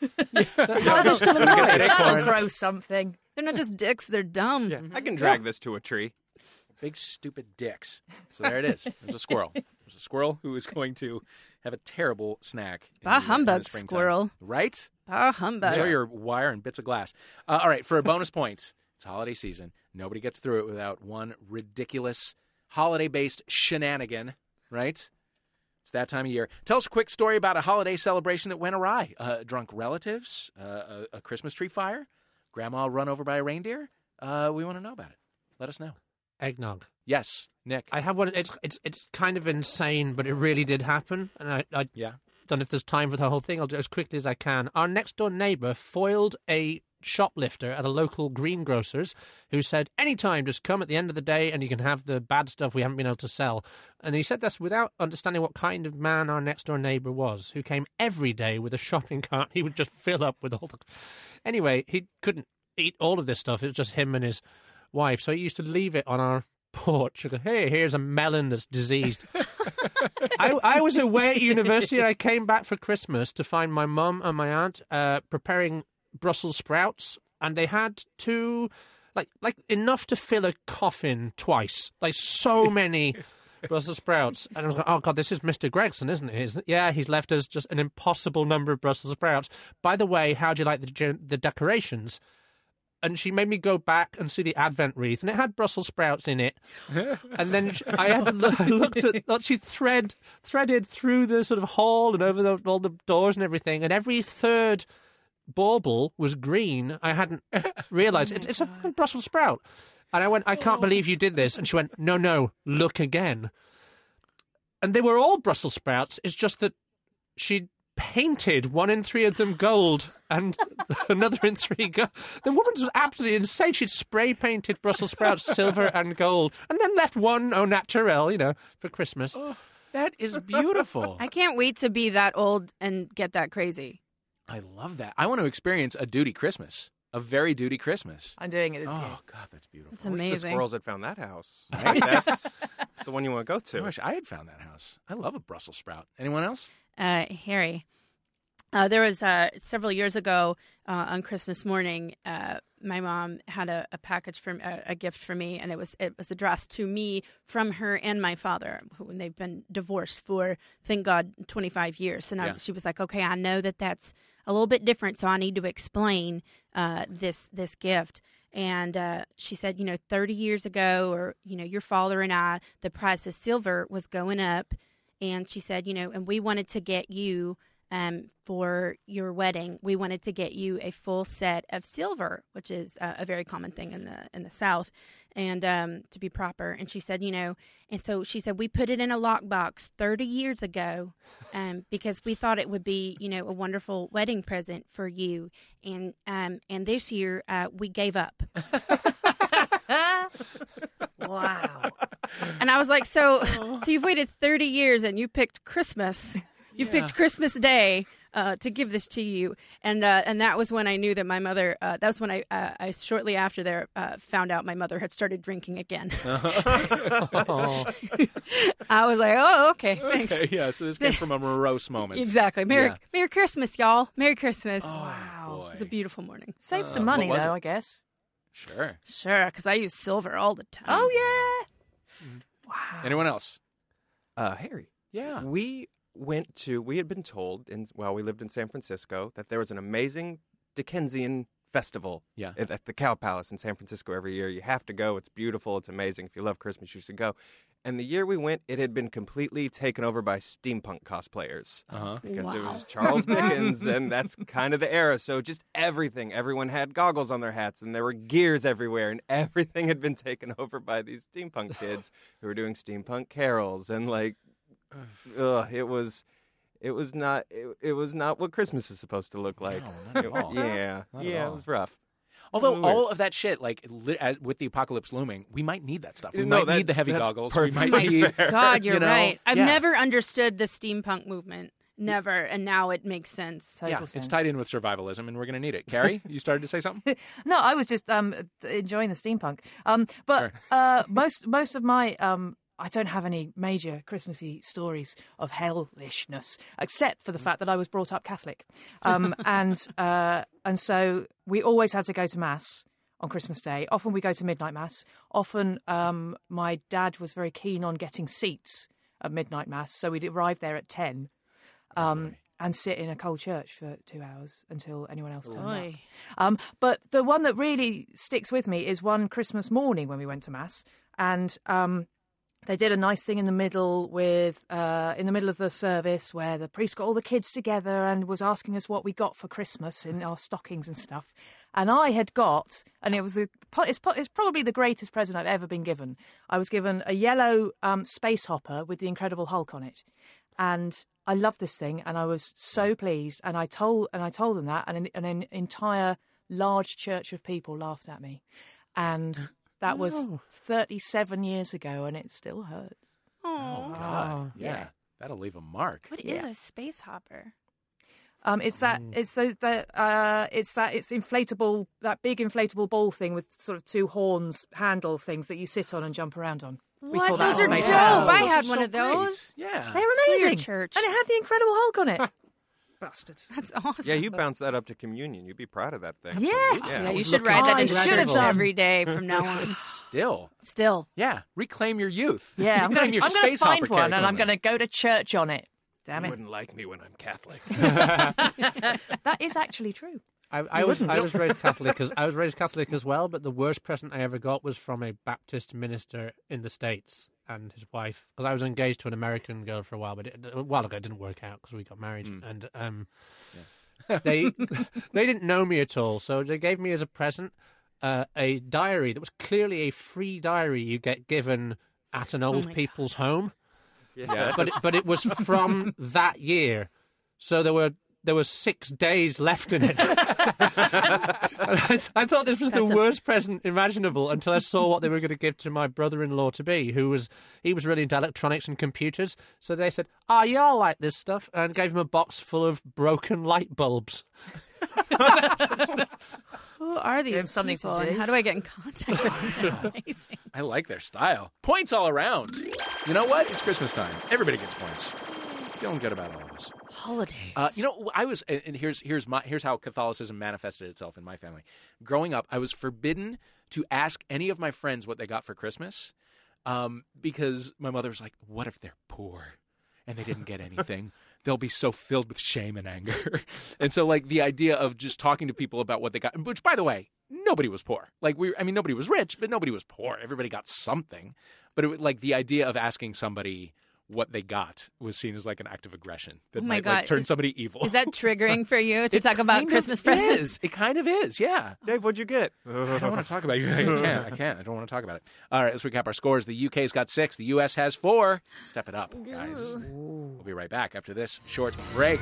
Speaker 3: That'll,
Speaker 4: (laughs)
Speaker 5: an
Speaker 3: that'll
Speaker 5: acorn.
Speaker 3: grow something.
Speaker 2: They're not just dicks; they're dumb.
Speaker 5: Yeah, I can drag this to a tree.
Speaker 1: Big stupid dicks. So there it is. There's a squirrel. There's a squirrel who is going to have a terrible snack. in
Speaker 2: Bah
Speaker 1: the- in the
Speaker 2: humbug,
Speaker 1: springtime.
Speaker 2: squirrel.
Speaker 1: Right?
Speaker 2: Ah, humbug.
Speaker 1: Enjoy your wire and bits of glass. Uh, all right, for a bonus point, it's holiday season. Nobody gets through it without one ridiculous holiday based shenanigan, right? It's that time of year. Tell us a quick story about a holiday celebration that went awry. Uh, drunk relatives, uh, a, a Christmas tree fire, grandma run over by a reindeer. Uh, we want to know about it. Let us know.
Speaker 4: Eggnog.
Speaker 1: Yes, Nick.
Speaker 4: I have one. It's it's it's kind of insane, but it really did happen. And I, I
Speaker 1: yeah.
Speaker 4: don't know if there's time for the whole thing. I'll do it as quickly as I can. Our next door neighbour foiled a shoplifter at a local greengrocer's who said, Anytime, just come at the end of the day and you can have the bad stuff we haven't been able to sell. And he said this without understanding what kind of man our next door neighbour was, who came every day with a shopping cart (laughs) he would just fill up with all the. (laughs) Anyway, he couldn't eat all of this stuff. It was just him and his wife. So he used to leave it on our (laughs) porch. Go, hey, here's a melon that's diseased. I, I was away at university and I came back for Christmas to find my mum and my aunt uh, preparing Brussels sprouts, and they had two, like like enough to fill a coffin twice, like so many. Brussels sprouts, and I was like, "Oh God, this is Mr. Gregson, isn't it? He's- yeah, he's left us just an impossible number of Brussels sprouts. By the way, how do you like the gen- the decorations? and she made me go back and see the advent wreath, and it had Brussels sprouts in it. and then sh I had to look, I looked at that she thread threaded through the sort of hall and over the, all the doors and everything, and every third bauble was green. I hadn't realised it, it's a fucking Brussels sprout. And I went, I can't believe you did this. And she went, No, no, look again. And they were all Brussels sprouts. It's just that she painted one in three of them gold and (laughs) another in three gold. The woman was absolutely insane. She'd spray painted Brussels sprouts silver and gold and then left one au naturel, you know, for Christmas.
Speaker 1: That is beautiful.
Speaker 2: I can't wait to be that old and get that crazy.
Speaker 1: (laughs) I love that. I want to experience a duty Christmas, a very duty Christmas.
Speaker 3: I'm doing it this year.
Speaker 1: Oh God, that's beautiful.
Speaker 2: That's
Speaker 1: I wish-
Speaker 5: The
Speaker 2: amazing.
Speaker 5: squirrels had found
Speaker 1: (laughs)
Speaker 5: that house.
Speaker 1: Right?
Speaker 5: That's the one you want to go
Speaker 1: I
Speaker 5: to.
Speaker 1: wish I had found that house. I love a Brussels sprout. Anyone else?
Speaker 2: Uh, Harry, uh, there was uh, several years ago uh, on Christmas morning. Uh, my mom had a, a package from a, a gift for me, and it was it was addressed to me from her and my father, who and they've been divorced for thank God twenty five years. And
Speaker 1: Yeah.
Speaker 2: I, she was like, "Okay, I know that that's a little bit different, so I need to explain uh, this this gift." And uh, she said, "You know, thirty years ago, or you know, your father and I, the price of silver was going up." and she said, you know, and we wanted to get you um, for your wedding. We wanted to get you a full set of silver, which is uh, a very common thing in the in the South, and um, to be proper. And she said, you know, and so she said we put it in a lockbox 30 years ago, um, because we thought it would be, you know, a wonderful wedding present for you. And um, and this year uh, we gave up.
Speaker 3: Wow.
Speaker 2: And I was like, (laughs) so, so you've waited 30 years and you picked Christmas. You picked Christmas Day uh, to give this to you. And uh, and that was when I knew that my mother, uh, that was when I, uh, I shortly after there uh, found out my mother had started drinking again. I was like, oh, okay, thanks.
Speaker 1: Okay, yeah. So this came from a morose moment.
Speaker 2: Exactly. Merry,
Speaker 1: Yeah.
Speaker 2: Merry Christmas, y'all. Merry Christmas.
Speaker 1: Wow.
Speaker 2: It was a beautiful morning.
Speaker 3: Save some
Speaker 1: Uh,
Speaker 3: money,
Speaker 1: what was
Speaker 3: though,
Speaker 1: it?
Speaker 3: I guess.
Speaker 1: Sure.
Speaker 2: Sure, because I use silver all the time.
Speaker 3: Oh, yeah. Wow.
Speaker 1: Anyone else?
Speaker 5: Uh, Harry.
Speaker 1: Yeah.
Speaker 5: We went to, we had been told in, while we lived in San Francisco that there was an amazing Dickensian festival
Speaker 1: Yeah.
Speaker 5: at, at the Cow Palace in San Francisco every year. You have to go. It's beautiful. It's amazing. If you love Christmas, you should go. And the year we went, it had been completely taken over by steampunk cosplayers
Speaker 1: Uh-huh.
Speaker 5: because it was Charles Dickens, and that's kind of the era. So just everything, everyone had goggles on their hats, and there were gears everywhere, and everything had been taken (laughs) over by these steampunk kids who were doing steampunk carols, and like, ugh, it was, it was not, it, it was not what Christmas is supposed to look like.
Speaker 1: not at
Speaker 5: It-
Speaker 1: all.
Speaker 5: (laughs) Yeah,
Speaker 1: Not at
Speaker 5: yeah,
Speaker 1: all.
Speaker 5: it was rough.
Speaker 1: Although
Speaker 5: Weird.
Speaker 1: all of that shit, like li- as- with the apocalypse looming, we might need that stuff. We
Speaker 5: No,
Speaker 1: might
Speaker 5: that-
Speaker 1: need the heavy
Speaker 5: that's
Speaker 1: goggles. We might
Speaker 5: perfectly
Speaker 1: need. (laughs)
Speaker 5: fair.
Speaker 2: God, you're
Speaker 1: You know?
Speaker 2: right. I've
Speaker 1: Yeah.
Speaker 2: never understood the steampunk movement. Never, and now it makes sense.
Speaker 3: Total
Speaker 1: Yeah, it's
Speaker 3: sense.
Speaker 1: tied in with survivalism, and we're going to need it. Carrie, you started to say something.
Speaker 3: No, I was just um, th- enjoying the steampunk. Um, but uh, most most of my um, I don't have any major Christmassy stories of hellishness, except for the fact that I was brought up Catholic, um, and uh, and so we always had to go to mass on Christmas Day. Often we go to midnight mass. Often um, my dad was very keen on getting seats at midnight mass, so we'd arrive there at ten. Um, and sit in a cold church for two hours until anyone else turned up.
Speaker 2: Oy.
Speaker 3: Um, but the one that really sticks with me is one Christmas morning when we went to mass, and um, they did a nice thing in the middle with uh, in the middle of the service where the priest got all the kids together and was asking us what we got for Christmas in our stockings and stuff. And I had got, and it was the po- it's, po- it's probably the greatest present I've ever been given. I was given a yellow um, space hopper with the Incredible Hulk on it, and I loved this thing, and I was so pleased. And I told and I told them that, and an, and an entire large church of people laughed at me, and that was 37 years ago, and it still hurts.
Speaker 2: Aw.
Speaker 1: Oh, God, yeah.
Speaker 3: yeah.
Speaker 1: that'll leave a mark.
Speaker 2: What is
Speaker 3: Yeah.
Speaker 2: a space hopper?
Speaker 3: Um, it's that it's those that uh, it's that it's inflatable that big inflatable ball thing with sort of two horns handle things that you sit on and jump around on. We
Speaker 2: What?
Speaker 3: call that
Speaker 2: Those
Speaker 3: a
Speaker 2: are
Speaker 3: space
Speaker 2: dope.
Speaker 3: hopper.
Speaker 2: I
Speaker 1: Those
Speaker 2: had
Speaker 1: are
Speaker 2: one
Speaker 1: so
Speaker 2: of those.
Speaker 1: great. Yeah.
Speaker 3: They're
Speaker 2: weird,
Speaker 3: amazing,
Speaker 2: church.
Speaker 3: and it had the Incredible Hulk on it.
Speaker 4: Bastards.
Speaker 2: That's awesome.
Speaker 5: Yeah, you bounced that up to communion. You'd be proud of that thing.
Speaker 3: Yeah.
Speaker 2: Yeah,
Speaker 5: Yeah.
Speaker 2: you should write that
Speaker 3: I
Speaker 2: into
Speaker 3: should have
Speaker 2: church
Speaker 3: done.
Speaker 2: every day from now on.
Speaker 1: Still,
Speaker 2: (laughs) Still,
Speaker 1: yeah. Reclaim your youth. (laughs)
Speaker 3: Yeah,
Speaker 1: Reclaim
Speaker 3: I'm gonna,
Speaker 1: your
Speaker 3: I'm gonna
Speaker 1: space
Speaker 3: find
Speaker 1: hopper
Speaker 3: one and I'm
Speaker 1: character.
Speaker 3: gonna go to church on it. Damn
Speaker 5: You
Speaker 3: it,
Speaker 5: wouldn't like me when I'm Catholic.
Speaker 1: (laughs)
Speaker 3: (laughs) that is actually true.
Speaker 4: I, I was I was raised Catholic as I was raised Catholic as well, but the worst present I ever got was from a Baptist minister in the States and his wife. Because I was engaged to an American girl for a while, but it, a while ago it didn't work out because we got married, and um, they they didn't know me at all, so they gave me as a present uh, a diary that was clearly a free diary you get given at an old people's home
Speaker 5: yeah,
Speaker 4: but it, but it was from that year, so there were there were six days left in it. And (laughs) I, I thought this was the worst present imaginable until I saw what they were going to give to my brother-in-law to be, who was he was really into electronics and computers. So they said, "Ah, y'all like this stuff," and gave him a box full of broken light bulbs.
Speaker 2: who are these
Speaker 3: Give 'em something to
Speaker 2: people? and
Speaker 3: do.
Speaker 2: how do I get in contact
Speaker 1: (laughs)
Speaker 2: with them? (laughs) Amazing.
Speaker 1: I like their style. Points all around. You know what? It's Christmas time. Everybody gets points. Feeling good about all of us.
Speaker 2: Holidays.
Speaker 1: Uh, you know, I was, and here's here's my here's how Catholicism manifested itself in my family. Growing up, I was forbidden to ask any of my friends what they got for Christmas, um, because my mother was like, "What if they're poor and they
Speaker 2: (laughs)
Speaker 1: didn't get anything?" They'll be so filled with shame and anger, (laughs) and so like the idea of just talking to people about what they got. Which, by the way, nobody was poor. Like we, I mean, nobody was rich, but nobody was poor. Everybody got something. But it, was- like the idea of asking somebody what they got was seen as like an act of aggression that
Speaker 2: Oh my
Speaker 1: might like
Speaker 2: God.
Speaker 1: turn
Speaker 2: Is-
Speaker 1: somebody evil.
Speaker 2: is that triggering for you to
Speaker 1: It
Speaker 2: talk about
Speaker 1: kind
Speaker 2: Christmas
Speaker 1: of
Speaker 2: (laughs) presents?
Speaker 1: is. It kind of is, yeah.
Speaker 5: Dave, what'd you get?
Speaker 1: (laughs) I don't want to talk about it. I can't. I
Speaker 2: (laughs)
Speaker 1: can't. I don't want to talk about it. All right, let's recap our scores. The UK's got six. The US has four. Step it up, guys. We'll be right back after this short break.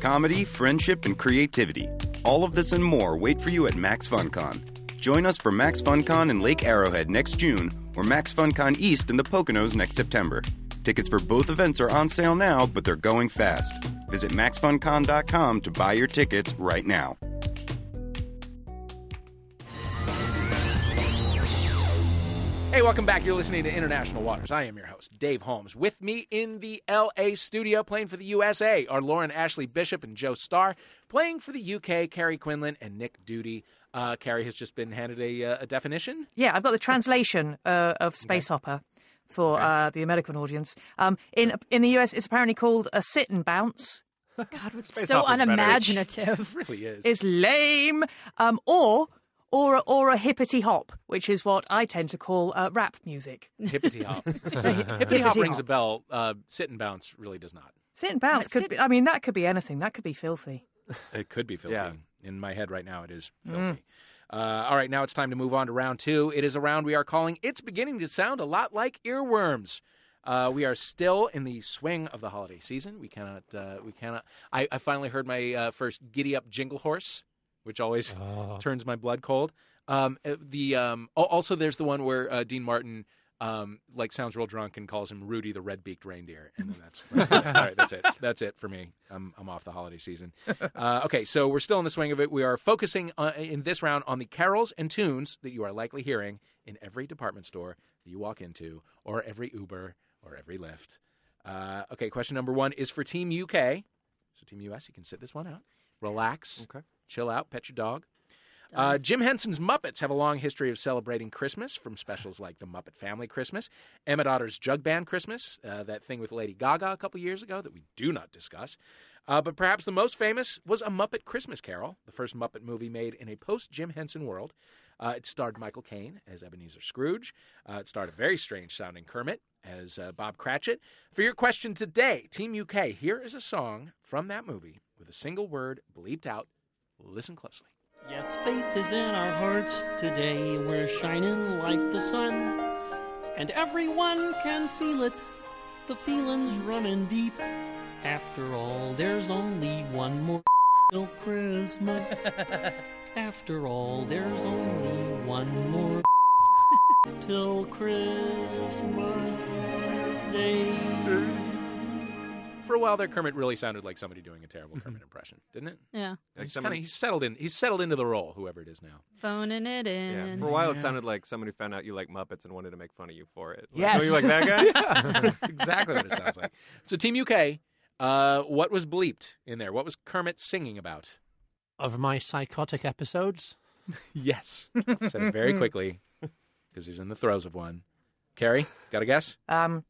Speaker 7: comedy, friendship, and creativity. All of this and more wait for you at Max FunCon. Join us for Max FunCon in Lake Arrowhead next June or Max FunCon East in the Poconos next September. Tickets for both events are on sale now, but they're going fast. Visit maxfuncon.com to buy your tickets right now.
Speaker 1: Hey, welcome back. You're listening to International Waters. I am your host, Dave Holmes. With me in the LA studio playing for the USA are Lauren Ashley Bishop and Joe Starr. Playing for the UK, Carrie Quinlan and Nick Duty. Uh, Carrie has just been handed a, uh, a definition.
Speaker 3: Yeah, I've got the translation uh, of space hopper for uh, the American audience. Um, in in the US, it's apparently called a sit and bounce.
Speaker 2: so
Speaker 1: (laughs)
Speaker 2: unimaginative.
Speaker 1: Really is.
Speaker 3: It's lame. Um, or or a- or a hippity hop, which is what I tend to call uh, rap
Speaker 5: (laughs)
Speaker 3: music.
Speaker 1: Hippity hop. Hippity hop
Speaker 3: Hippity
Speaker 1: rings a
Speaker 3: hop.
Speaker 1: bell. Uh, sit and bounce really does not.
Speaker 3: Sit and bounce
Speaker 2: Like
Speaker 3: could
Speaker 2: sit-
Speaker 3: be. I mean, that could be anything. That could be filthy.
Speaker 1: It could be filthy.
Speaker 5: Yeah.
Speaker 1: In my head right now, it is filthy. Uh, all right, now it's time to move on to round two. It is a round we are calling It's Beginning to Sound a Lot Like Earworms. Uh, we are still in the swing of the holiday season. We cannot, uh, we cannot. I, I finally heard my uh, first giddy up jingle horse, which always (laughs) turns my blood cold. Um, uh, the um, al- also there's the one where uh, Dean Martin um, like sounds real drunk and calls him Rudy the red beaked reindeer, and then that's (laughs) all right. That's it. That's it for me. I'm I'm off the holiday season. Uh, okay, so we're still in the swing of it. We are focusing uh, in this round on the carols and tunes that you are likely hearing in every department store that you walk into, or every Uber, or every Lyft. Uh, okay, question number one is for Team UK. So Team US, you can sit this one out, relax,
Speaker 5: Okay.
Speaker 1: chill out, pet your dog. Uh, Jim Henson's Muppets have a long history of celebrating Christmas, from specials like the Muppet Family Christmas, Emma Otter's Jug Band Christmas, uh, that thing with Lady Gaga a couple years ago that we do not discuss. Uh, but perhaps the most famous was A Muppet Christmas Carol, the first Muppet movie made in a post Jim Henson world. Uh, it starred Michael Caine as Ebenezer Scrooge. Uh, it starred a very strange sounding Kermit as uh, Bob Cratchit. For your question today, Team UK, here is a song from that movie with a single word bleeped out. Listen closely.
Speaker 8: Yes, faith is in our hearts today. We're shining like the sun, and everyone can feel it. The feeling's running deep. After all, there's only one more till
Speaker 1: (laughs)
Speaker 8: Christmas. After all, there's only one more till Christmas Day.
Speaker 1: For a while there, Kermit really sounded like somebody doing a terrible Kermit impression, didn't it?
Speaker 2: Yeah,
Speaker 5: Like
Speaker 1: He's,
Speaker 5: someone-
Speaker 1: kinda, he's settled in. He's settled into the role, whoever it is now.
Speaker 2: phoning it
Speaker 5: (laughs) yeah.
Speaker 1: (laughs)
Speaker 2: in.
Speaker 5: For a while, it sounded like someone who found out you like Muppets and wanted to make fun of you for it. Like,
Speaker 1: Yes.
Speaker 5: Oh, you like that
Speaker 1: (laughs)
Speaker 5: guy? (laughs)
Speaker 1: That's exactly what it sounds like. So, Team UK, uh, what was bleeped in there? What was Kermit singing about?
Speaker 4: Of my psychotic episodes.
Speaker 1: Yes, said it very quickly because he's in the throes of one. Carrie, got a guess?
Speaker 3: Um,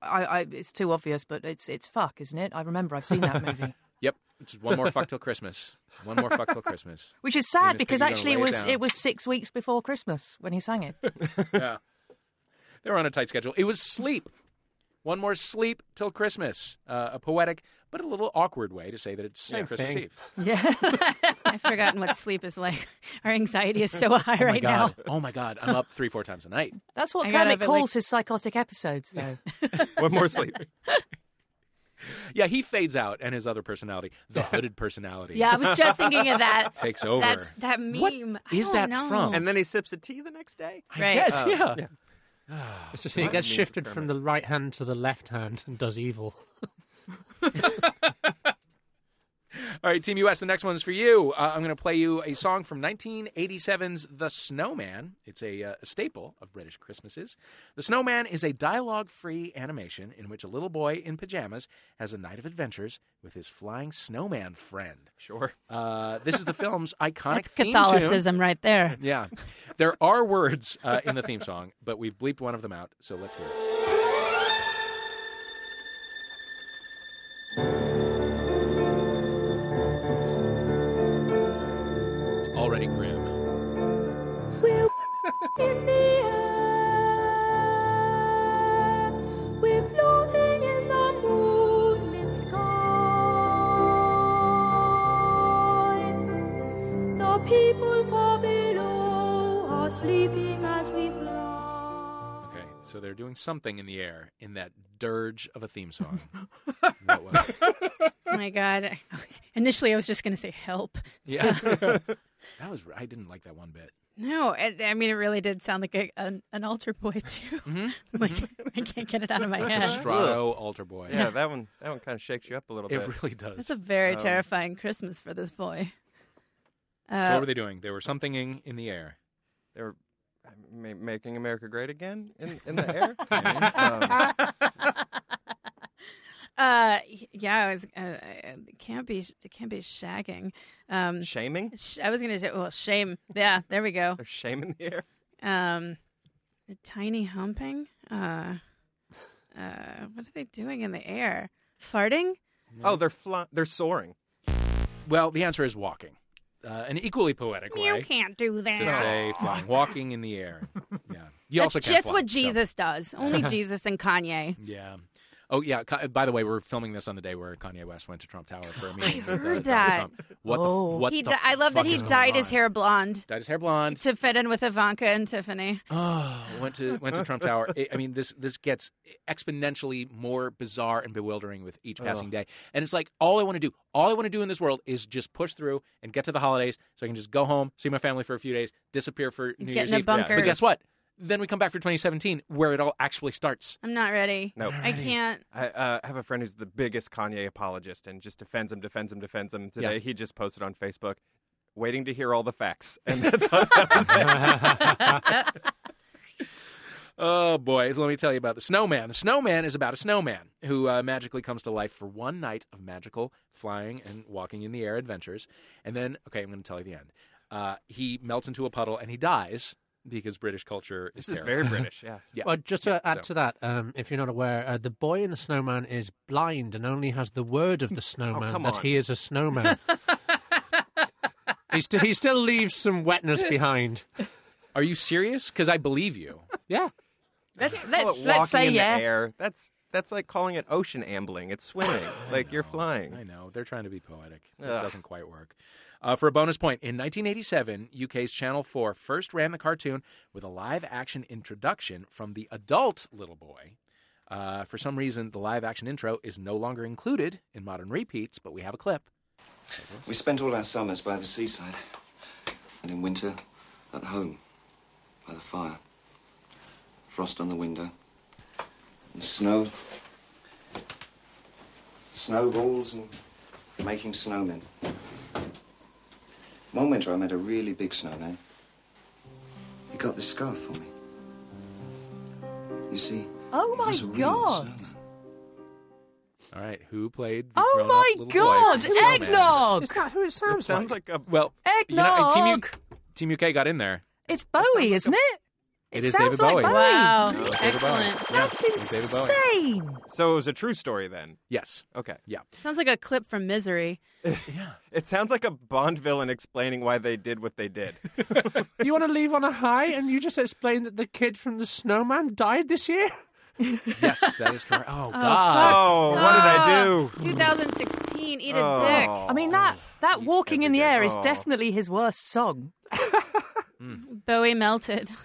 Speaker 3: I, I, it's too obvious, but it's it's fuck, isn't it? I remember I've seen
Speaker 5: (laughs)
Speaker 3: that movie.
Speaker 1: Yep. Just one more fuck till Christmas. One more fuck till Christmas.
Speaker 3: Which is
Speaker 1: Soon
Speaker 3: sad
Speaker 1: as Piggy
Speaker 3: because
Speaker 1: Gonna
Speaker 3: actually it
Speaker 1: Lay
Speaker 3: was
Speaker 1: Down.
Speaker 3: it was six weeks before Christmas when he sang it.
Speaker 1: They were on a tight schedule. It was sleep. One more sleep till Christmas. Uh, a poetic but a little awkward way to say that it's uh,
Speaker 4: Same
Speaker 1: Christmas
Speaker 4: thing.
Speaker 1: Eve.
Speaker 3: yeah.
Speaker 2: I've forgotten what sleep is like. (laughs) Our anxiety is so high
Speaker 1: Oh my
Speaker 2: right now.
Speaker 1: god! Oh my god! I'm up three, four times a night.
Speaker 3: That's what
Speaker 2: I gotta
Speaker 3: Kermit
Speaker 2: have it,
Speaker 3: calls
Speaker 2: like-
Speaker 3: his psychotic episodes, (laughs) though.
Speaker 5: One more sleep.
Speaker 1: Yeah, he fades out, and his other personality,
Speaker 2: (laughs)
Speaker 1: the hooded personality,
Speaker 2: Yeah, I was just thinking of that.
Speaker 1: (laughs) takes over.
Speaker 2: (laughs) That's that meme.
Speaker 1: What
Speaker 2: I
Speaker 1: is
Speaker 2: don't
Speaker 1: that
Speaker 2: know.
Speaker 1: from?
Speaker 5: And then he sips a tea the next day.
Speaker 2: Right.
Speaker 1: Yes, yeah.
Speaker 4: Oh, It's just, it gets shifted from the right hand to the left hand and does evil.
Speaker 1: All right, Team US, the next one's for you. Uh, I'm going to play you a song from 1987's The Snowman. It's a, uh, a staple of British Christmases. The Snowman is a dialogue free animation in which a little boy in pajamas has a night of adventures with his flying snowman friend.
Speaker 5: Sure.
Speaker 1: Uh, this is the film's iconic
Speaker 2: (laughs) That's
Speaker 1: theme tune.
Speaker 2: Catholicism right there.
Speaker 1: Yeah. There are words uh, in the theme song, but we've bleeped one of them out, so let's hear it. It's already grim.
Speaker 9: We're floating in the moonlit sky. The people far below are sleeping as we fly.
Speaker 1: Okay, so they're doing something in the air in that dirge of a theme song. what was it?
Speaker 2: Oh my god. (laughs) Initially, I was just going to say help.
Speaker 1: Yeah. that was, I didn't like that one bit.
Speaker 2: No, it, I mean it really did sound like a, an, an altar boy too.
Speaker 1: Mm-hmm.
Speaker 2: (laughs) like I can't get it out of
Speaker 1: (laughs)
Speaker 2: my head.
Speaker 1: Strato, Altar Boy.
Speaker 5: (laughs) Yeah, that one. That one kind of shakes you up a little
Speaker 1: It
Speaker 5: bit.
Speaker 1: really does.
Speaker 2: It's a very
Speaker 5: Um,
Speaker 2: terrifying Christmas for this boy.
Speaker 1: so
Speaker 2: Uh,
Speaker 1: what were they doing? They were something in, in the air.
Speaker 5: they were ma-
Speaker 1: (laughs)
Speaker 5: making America great again in, in the air. Um,
Speaker 2: Uh, y- yeah, it was. Uh, it can't be. It can't be shagging.
Speaker 1: (laughs)
Speaker 2: Um,
Speaker 5: Shaming?
Speaker 2: sh- I was gonna say, well, shame. Yeah, there we go.
Speaker 5: There's shame in the air.
Speaker 2: Um, tiny humping. Uh, uh, what are they doing in the air? Farting?
Speaker 5: Oh, they're fly- they're soaring.
Speaker 1: Well, the answer is walking. Uh, an equally poetic way
Speaker 2: can't do that.
Speaker 1: to say flying, walking in the
Speaker 2: (laughs)
Speaker 1: air. Yeah, you
Speaker 2: That's
Speaker 1: also can't
Speaker 2: just
Speaker 1: fly,
Speaker 2: what
Speaker 1: so-
Speaker 2: Jesus does.
Speaker 1: (laughs)
Speaker 2: Only Jesus and Kanye.
Speaker 1: Yeah. Oh yeah. Ka- By the way, we're filming this on the day where Kanye West went to Trump Tower for a meeting. with, uh,
Speaker 2: heard
Speaker 1: Donald
Speaker 2: that.
Speaker 1: Trump. What? The,
Speaker 3: Oh.
Speaker 1: f- what?
Speaker 2: He
Speaker 1: the
Speaker 2: di- I love that
Speaker 1: fuck
Speaker 2: he
Speaker 1: is going
Speaker 2: dyed his
Speaker 1: on?
Speaker 2: hair blonde
Speaker 1: Dyed his hair blonde.
Speaker 2: to fit in with Ivanka and Tiffany.
Speaker 1: Oh, (sighs) went to went to Trump Tower. I- I mean, this this gets exponentially more bizarre and bewildering with each passing day. And it's like all I want to do, all I want to do in this world is just push through and get to the holidays, so I can just go home, see my family for a few days, disappear for New
Speaker 2: Get
Speaker 1: Year's
Speaker 2: in a
Speaker 1: Eve.
Speaker 2: bunker.
Speaker 1: But guess what? Then we come back for 2017, where it all actually starts.
Speaker 2: I'm not ready.
Speaker 5: No.
Speaker 2: I can't.
Speaker 5: I uh, have a friend who's the biggest Kanye apologist and just defends him, defends him, defends him. Today
Speaker 1: Yeah.
Speaker 5: he just posted on Facebook, waiting to hear all
Speaker 1: (laughs)
Speaker 5: the facts. And that's all that was it.
Speaker 1: Oh boy, so let me tell you about the snowman. The snowman is about a snowman who uh, magically comes to life for one night of magical flying and walking in the air adventures, and then okay, I'm going to tell you the end. Uh, he melts into a puddle and he dies because British culture is
Speaker 5: This is
Speaker 1: terrible.
Speaker 5: very British,
Speaker 1: (laughs)
Speaker 5: yeah.
Speaker 1: Yeah.
Speaker 4: Well, just to add
Speaker 1: So-
Speaker 4: to that, um, if you're not aware, uh, the boy in the snowman is blind and only has the word of the snowman
Speaker 5: come
Speaker 4: that
Speaker 5: on.
Speaker 4: he is a snowman. he, still he still leaves some wetness behind.
Speaker 1: Are you serious? Because I believe
Speaker 5: (laughs)
Speaker 1: you.
Speaker 4: Yeah.
Speaker 3: Let's
Speaker 5: Call
Speaker 3: let's
Speaker 5: it
Speaker 3: let's
Speaker 5: walking
Speaker 3: say
Speaker 5: in
Speaker 3: yeah.
Speaker 5: The air. That's that's like calling it ocean ambling. It's swimming. like you're
Speaker 1: (sighs) I
Speaker 5: flying.
Speaker 1: know they're trying to be poetic. It
Speaker 5: Ugh.
Speaker 1: doesn't quite work. Uh, for a bonus point, in 1987, UK's Channel 4 first ran the cartoon with a live-action introduction from the adult Little Boy. Uh, for some reason, the live-action intro is no longer included in modern repeats, but we have a clip.
Speaker 10: We spent all our summers by the seaside, and in winter, at home, by the fire. Frost on the window, and snow, snowballs, and making snowmen. One winter, I made a really big snowman. He got this scarf for me. You see,
Speaker 3: Oh
Speaker 10: he was
Speaker 3: my
Speaker 10: a real
Speaker 3: God.
Speaker 10: snowman.
Speaker 1: All right, who played? The
Speaker 3: Oh
Speaker 1: grown-up
Speaker 3: my
Speaker 1: little boy
Speaker 3: god!
Speaker 1: from Snowman?
Speaker 3: Eggnog!
Speaker 4: That's who it sounds,
Speaker 5: Sounds like a
Speaker 1: Well, you know,
Speaker 3: Eggnog!
Speaker 1: Team, U- Team UK got in there.
Speaker 3: It's Bowie, isn't it?
Speaker 1: It is
Speaker 3: sounds
Speaker 1: David Bowie.
Speaker 3: like Bowie.
Speaker 2: Wow. Excellent.
Speaker 3: That's insane.
Speaker 5: so it was a true story then.
Speaker 1: Yes.
Speaker 5: Okay.
Speaker 1: Yeah.
Speaker 2: Sounds like a clip from Misery.
Speaker 5: It sounds like a Bond villain explaining why they did what
Speaker 1: (laughs)
Speaker 5: they did.
Speaker 4: (laughs) you want to leave on a high and you just explain that the kid from the snowman died this year?
Speaker 1: Yes, that is correct.
Speaker 3: (laughs)
Speaker 1: Oh, God.
Speaker 5: oh, what did I do?
Speaker 2: Ah, 2016. Eat a
Speaker 5: Oh.
Speaker 3: I mean that that walking in the
Speaker 5: every day.
Speaker 3: air is
Speaker 5: Oh.
Speaker 3: definitely his worst song.
Speaker 2: dick. Bowie melted. (laughs)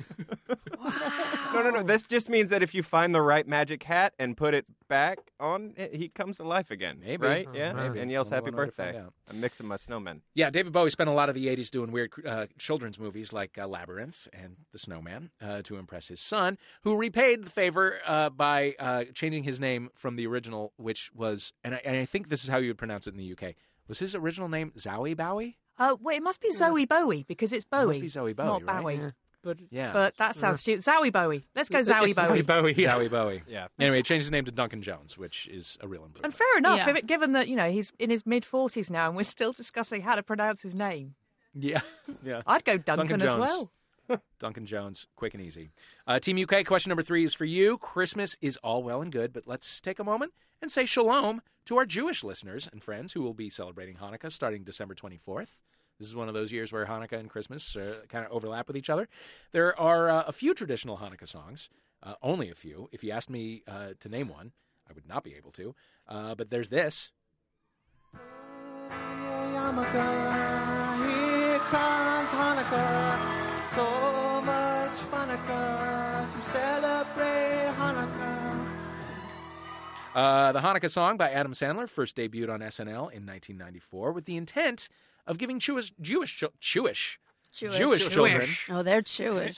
Speaker 5: No,
Speaker 1: Oh.
Speaker 5: no, no. This just means that if you find the right magic hat and put it back on, it, he comes to life again.
Speaker 1: Maybe. Uh-huh.
Speaker 5: Right? yeah.
Speaker 1: Maybe.
Speaker 5: And yells
Speaker 1: Only
Speaker 5: happy
Speaker 1: one way to find
Speaker 5: birthday.
Speaker 1: out.
Speaker 5: I'm mixing my snowmen.
Speaker 1: Yeah, David Bowie spent a lot of the 80s doing weird uh, children's movies like uh, Labyrinth and The Snowman uh, to impress his son, who repaid the favor uh, by uh, changing his name from the original, which was, and I, and I think this is how you would pronounce it in the UK. Was his original name Zowie Bowie?
Speaker 3: Uh, well, it must be Zoe Bowie because it's Bowie.
Speaker 1: must be Zoe Bowie,
Speaker 3: not
Speaker 1: right?
Speaker 3: Bowie.
Speaker 4: But
Speaker 1: Yeah.
Speaker 3: But that sounds stupid. Zowie Bowie. Let's
Speaker 1: (laughs)
Speaker 3: go Zowie
Speaker 4: It's
Speaker 3: Bowie.
Speaker 4: Bowie. yeah.
Speaker 1: Zowie Bowie.
Speaker 5: Yeah.
Speaker 1: Anyway, he changed his name to Duncan Jones, which is a real improvement.
Speaker 3: And fair enough,
Speaker 2: Yeah.
Speaker 3: if it- given that you know he's in his mid forties now and we're still discussing how to pronounce his name,
Speaker 1: (laughs) yeah. yeah.
Speaker 3: I'd go Duncan,
Speaker 1: Duncan
Speaker 3: as
Speaker 1: Jones.
Speaker 3: well.
Speaker 1: Duncan Jones, quick and easy. Uh, Team UK, question number three is for you. Christmas is all well and good, but let's take a moment and say shalom to our Jewish listeners and friends who will be celebrating Hanukkah starting December 24th. This is one of those years where Hanukkah and Christmas uh, kind of overlap with each other. There are uh, a few traditional Hanukkah songs, uh, only a few. If you asked me uh, to name one, I would not be able to. Uh, but there's this.
Speaker 6: Here comes Hanukkah. So much Hanukkah to celebrate Hanukkah.
Speaker 1: Uh, the Hanukkah song by Adam Sandler first debuted on SNL in 1994 with the intent of giving Jewish Jewish chil- Jewish
Speaker 2: Jewish.
Speaker 1: Jewish children.
Speaker 2: Oh, they're Jewish.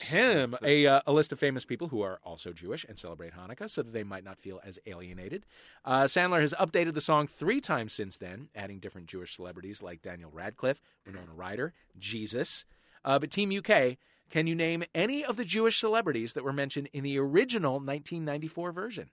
Speaker 1: (laughs) him a, uh, a list of famous people who are also Jewish and celebrate Hanukkah so that they might not feel as alienated. Uh, Sandler has updated the song three times since then, adding different Jewish celebrities like Daniel Radcliffe, Winona Ryder, Jesus. Uh, but Team UK, can you name any of the Jewish celebrities that were mentioned in the original 1994 version?